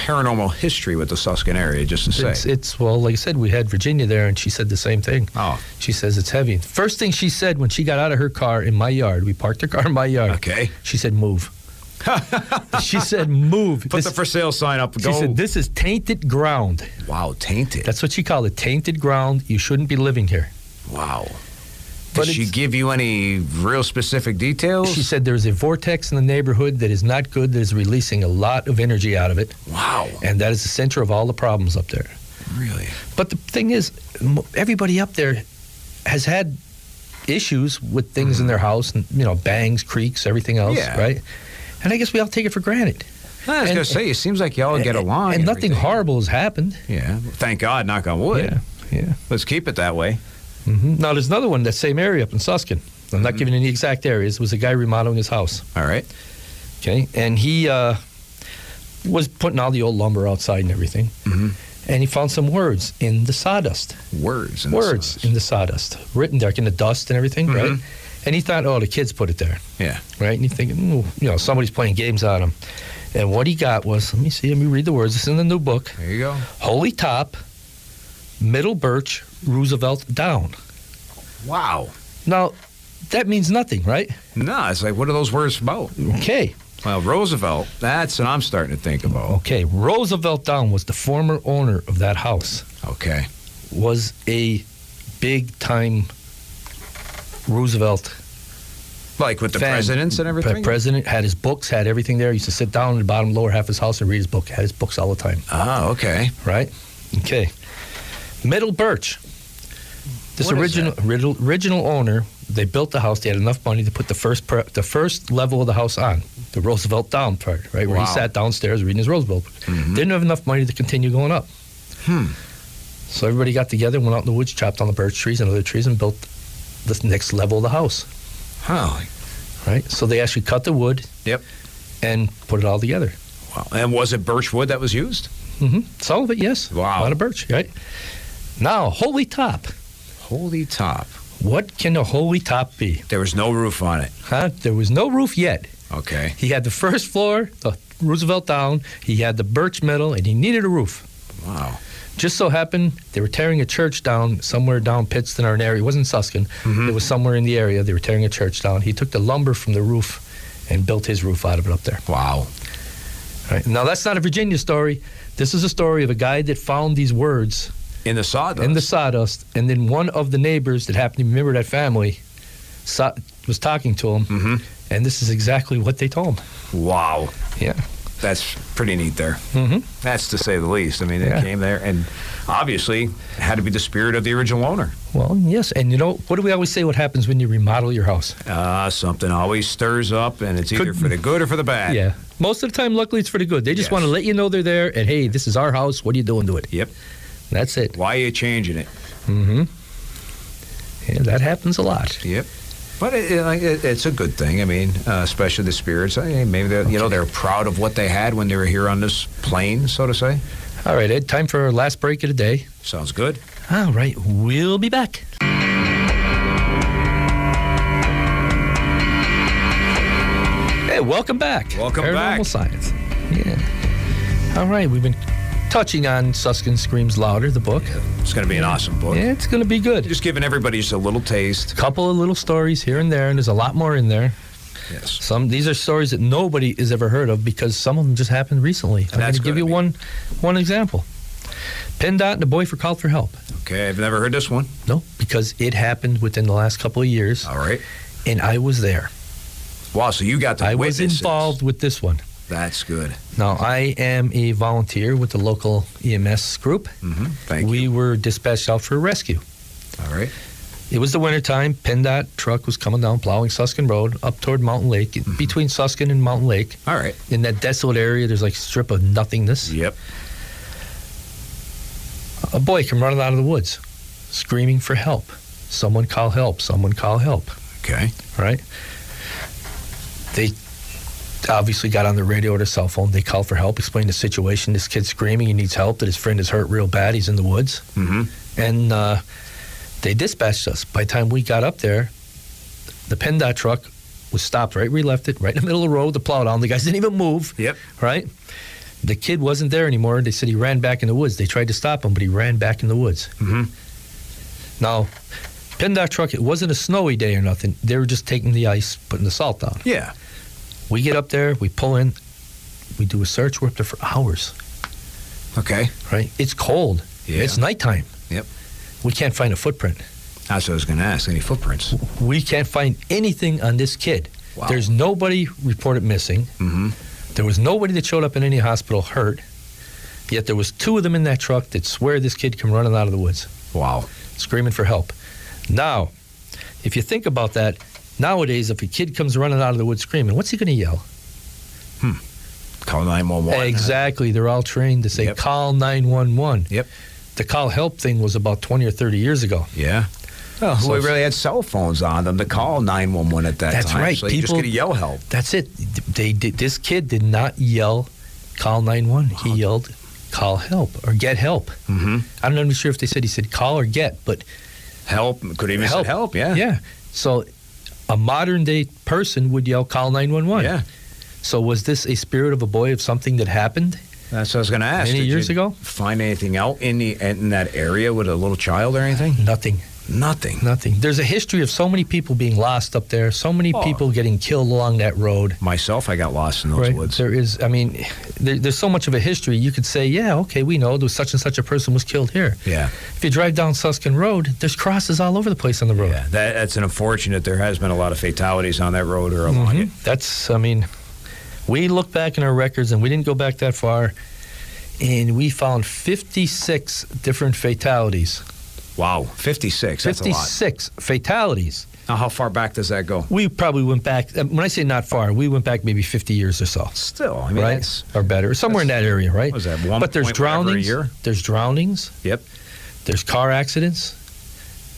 Speaker 4: paranormal history with the Susquehanna area, just to say.
Speaker 3: It's, it's well, like I said, we had Virginia there, and she said the same thing.
Speaker 4: oh,
Speaker 3: She says it's heavy. First thing she said when she got out of her car in my yard, we parked her car in my yard.
Speaker 4: okay.
Speaker 3: She said, "Move." she said, "Move."
Speaker 4: Put
Speaker 3: This-
Speaker 4: the for sale sign up.
Speaker 3: she
Speaker 4: Go.
Speaker 3: said, "This is tainted ground."
Speaker 4: wow, tainted.
Speaker 3: That's what she called it, tainted ground. You shouldn't be living here.
Speaker 4: wow.
Speaker 3: But
Speaker 4: Did she
Speaker 3: it's-
Speaker 4: give you any real specific details?
Speaker 3: She said there is a vortex in the neighborhood that is not good, that is releasing a lot of energy out of it,
Speaker 4: wow,
Speaker 3: and that is the center of all the problems up there.
Speaker 4: really?
Speaker 3: But the thing is, m- everybody up there has had issues with things in their house, and you know, bangs, creaks, everything else,
Speaker 4: Mm-hmm. Yeah.
Speaker 3: right? And I guess we all take it for granted.
Speaker 4: I was
Speaker 3: And-
Speaker 4: gonna say, it seems like y'all get
Speaker 3: And-
Speaker 4: along,
Speaker 3: and, nothing
Speaker 4: everything.
Speaker 3: horrible has happened.
Speaker 4: Yeah, thank God. Knock on wood.
Speaker 3: Yeah, yeah.
Speaker 4: Let's keep it that way.
Speaker 3: hmm Now there's another one that same area up in Suskin. I'm
Speaker 4: Mm-hmm.
Speaker 3: not giving any exact areas. It was a guy remodeling his house.
Speaker 4: All right.
Speaker 3: Okay, and he uh, was putting all the old lumber outside and everything,
Speaker 4: Mhm.
Speaker 3: and he found some words in the sawdust.
Speaker 4: Words. and
Speaker 3: words in the sawdust, written there, like in the dust and everything, right? And he thought, oh, the kids put it there,
Speaker 4: Yeah.
Speaker 3: right? And he thinking, Ooh, you know, somebody's playing games on him. And what he got was, let me see, let me read the words. It's in the new book.
Speaker 4: There you go.
Speaker 3: Holy top, middle birch, Roosevelt down.
Speaker 4: Wow.
Speaker 3: Now, that means nothing, right?
Speaker 4: No, it's like, what are those words about?
Speaker 3: Okay.
Speaker 4: Well, Roosevelt, that's what I'm starting to think about.
Speaker 3: Okay, Roosevelt Down was the former owner of that house,
Speaker 4: Okay.
Speaker 3: was a big time Roosevelt
Speaker 4: Like with the
Speaker 3: fan.
Speaker 4: presidents and
Speaker 3: Pre-
Speaker 4: everything?
Speaker 3: president had his books, had everything there. He used to sit down in the bottom lower half of his house and read his book, had his books all the time,
Speaker 4: oh, okay.
Speaker 3: right? Okay. Middle Birch. This
Speaker 4: What is
Speaker 3: original, original original owner, they built the house. They had enough money to put the first pre- the first level of the house on the Roosevelt Down part, right where he
Speaker 4: Wow. Mm-hmm.
Speaker 3: sat downstairs reading his Roosevelt. book. Didn't have enough money to continue going up.
Speaker 4: Hmm.
Speaker 3: So everybody got together, went out in the woods, chopped down the birch trees and other trees, and built the next level of the house.
Speaker 4: Huh.
Speaker 3: Right. So they actually cut the wood.
Speaker 4: Yep.
Speaker 3: And put it all together.
Speaker 4: Wow. And was it birch wood that was used?
Speaker 3: hmm Some of it, yes. A
Speaker 4: Wow.
Speaker 3: lot of birch, right? Now, holy top.
Speaker 4: Holy top.
Speaker 3: What can a holy top be?
Speaker 4: There was no roof on it.
Speaker 3: Huh? There was no roof yet.
Speaker 4: Okay.
Speaker 3: He had the first floor, the Roosevelt down. He had the birch middle, and he needed a roof.
Speaker 4: Wow.
Speaker 3: Just so happened they were tearing a church down somewhere down Pittston or an area. It wasn't Suskin.
Speaker 4: Mm-hmm.
Speaker 3: It was somewhere in the area. They were tearing a church down. He took the lumber from the roof and built his roof out of it up there.
Speaker 4: Wow.
Speaker 3: Right. Now that's not a Virginia story. This is a story of a guy that found these words
Speaker 4: In the sawdust.
Speaker 3: in the sawdust, and then one of the neighbors that happened to remember that family saw, was talking to him, and this is exactly what they told him.
Speaker 4: Wow.
Speaker 3: Yeah.
Speaker 4: That's pretty neat there.
Speaker 3: Mhm.
Speaker 4: That's to say the least. I mean, it
Speaker 3: Yeah.
Speaker 4: came there and obviously had to be the spirit of the original owner.
Speaker 3: Well, yes, and you know what do we always say? What happens when you remodel your house?
Speaker 4: Uh, something always stirs up and it's either
Speaker 3: Could-
Speaker 4: for the good or for the bad.
Speaker 3: Yeah. Most of the time, luckily, it's for the good. They just
Speaker 4: Yes.
Speaker 3: want to let you know they're there, and hey, this is our house. What are you doing to it?
Speaker 4: Yep.
Speaker 3: That's it.
Speaker 4: Why are you changing it?
Speaker 3: Mm-hmm. Yeah, that happens a lot.
Speaker 4: Yep. But it, it, like, it, it's a good thing. I mean, uh, especially the spirits. I mean, maybe they're, you know they're proud of what they had when they were here on this plane, so to say.
Speaker 3: All right, Ed. Time for our last break of the day.
Speaker 4: Sounds good.
Speaker 3: All right, we'll be back. Hey, welcome back.
Speaker 4: Welcome
Speaker 3: Paranormal
Speaker 4: back.
Speaker 3: Science. Yeah. All right, we've been touching on Susskind Screams Louder, the book.
Speaker 4: It's going to be an awesome book.
Speaker 3: Yeah, it's going to be good.
Speaker 4: Just giving everybody just a little taste.
Speaker 3: Couple of little stories here and there, and there's a lot more in there.
Speaker 4: Yes.
Speaker 3: Some these are stories that nobody has ever heard of because some of them just happened recently. I'm going
Speaker 4: That's
Speaker 3: to give
Speaker 4: good,
Speaker 3: you
Speaker 4: I mean.
Speaker 3: one, one example. PennDOT and a boy for called for help.
Speaker 4: Okay. I've never heard this one.
Speaker 3: No, because it happened within the last couple of years,
Speaker 4: All right.
Speaker 3: and I was there.
Speaker 4: Wow. So you got the
Speaker 3: I was
Speaker 4: witnesses.
Speaker 3: involved with this one.
Speaker 4: That's good.
Speaker 3: Now, I am a volunteer with the local EMS group.
Speaker 4: hmm Thank
Speaker 3: we
Speaker 4: you.
Speaker 3: were dispatched out for a rescue.
Speaker 4: All right.
Speaker 3: It was the wintertime. PennDOT truck was coming down, plowing Suskin Road up toward Mountain Lake,
Speaker 4: Mm-hmm.
Speaker 3: between Suskin and Mountain Lake.
Speaker 4: All right.
Speaker 3: In that desolate area, there's like a strip of nothingness.
Speaker 4: Yep.
Speaker 3: A boy came running out of the woods, screaming for help. Someone call help. Someone call help.
Speaker 4: Okay.
Speaker 3: right? They obviously got on the radio or their cell phone. They called for help, explained the situation. This kid's screaming, he needs help, that his friend is hurt real bad, he's in the woods.
Speaker 4: Mm-hmm.
Speaker 3: And uh, they dispatched us. By the time we got up there, the PennDOT truck was stopped right where we left it, right in the middle of the road, the plow down. The guys didn't even move,
Speaker 4: Yep.
Speaker 3: right? The kid wasn't there anymore. They said he ran back in the woods. They tried to stop him, but he ran back in the woods.
Speaker 4: Mhm. Mm-hmm.
Speaker 3: Now, PennDOT truck, it wasn't a snowy day or nothing. They were just taking the ice, putting the salt down.
Speaker 4: Yeah.
Speaker 3: We get up there, we pull in, we do a search. We're up there for hours,
Speaker 4: Okay.
Speaker 3: right? It's cold.
Speaker 4: Yeah.
Speaker 3: It's nighttime.
Speaker 4: Yep.
Speaker 3: We can't find a footprint.
Speaker 4: That's what I was going to ask. Any footprints?
Speaker 3: We can't find anything on this kid.
Speaker 4: Wow.
Speaker 3: There's nobody reported missing.
Speaker 4: Mm-hmm.
Speaker 3: There was nobody that showed up in any hospital hurt. Yet there was two of them in that truck that swear this kid come running out of the woods,
Speaker 4: Wow.
Speaker 3: screaming for help. Now, if you think about that, nowadays if a kid comes running out of the woods screaming, what's he going to yell?
Speaker 4: Call 911.
Speaker 3: Exactly. They're all trained to say
Speaker 4: Yep.
Speaker 3: call 911.
Speaker 4: Yep.
Speaker 3: The call help thing was about 20 or 30 years ago.
Speaker 4: Yeah.
Speaker 3: Oh,
Speaker 4: So we really had cell phones on them to call 911 at that
Speaker 3: That's
Speaker 4: time.
Speaker 3: right.
Speaker 4: So you just
Speaker 3: People-
Speaker 4: get a yell help.
Speaker 3: That's it. They did. This kid did not yell, call 911. He yelled, call help or get help.
Speaker 4: Mm-hmm.
Speaker 3: I'm not even sure if they said he said call or get, but
Speaker 4: Help. Could even help.
Speaker 3: Help.
Speaker 4: help. Yeah.
Speaker 3: yeah. So a modern day person would yell, call 911.
Speaker 4: Yeah.
Speaker 3: So was this a spirit of a boy of something that happened?
Speaker 4: That's what I was going to ask.
Speaker 3: Many
Speaker 4: Did
Speaker 3: years
Speaker 4: you
Speaker 3: ago?
Speaker 4: Find anything out in the in that area with a little child or anything?
Speaker 3: Nothing,
Speaker 4: Nothing.
Speaker 3: nothing. There's a history of so many people being lost up there, so many
Speaker 4: Oh.
Speaker 3: people getting killed along that road.
Speaker 4: Myself, I got lost in those
Speaker 3: Right.
Speaker 4: woods.
Speaker 3: There is, I mean, there, there's so much of a history. You could say, yeah, okay, we know there was such and such a person was killed here.
Speaker 4: Yeah.
Speaker 3: If you drive down Suskin Road, there's crosses all over the place on the road.
Speaker 4: Yeah, that, that's an unfortunate. There has been a lot of fatalities on that road or
Speaker 3: Mm-hmm.
Speaker 4: along it.
Speaker 3: Hmm? That's, I mean, we look back in our records and we didn't go back that far, and we found 56 different fatalities.
Speaker 4: Wow, 56. That's a lot.
Speaker 3: 56 fatalities.
Speaker 4: Now, how far back does that go?
Speaker 3: We probably went back, uh, when I say not far, we went back maybe 50 years or so.
Speaker 4: Still, I mean,
Speaker 3: right?
Speaker 4: that's,
Speaker 3: Or better. Somewhere in that area, right?
Speaker 4: what was that, one
Speaker 3: but there's
Speaker 4: point whatever a
Speaker 3: drownings.
Speaker 4: year?
Speaker 3: There's drownings.
Speaker 4: Yep.
Speaker 3: There's car accidents.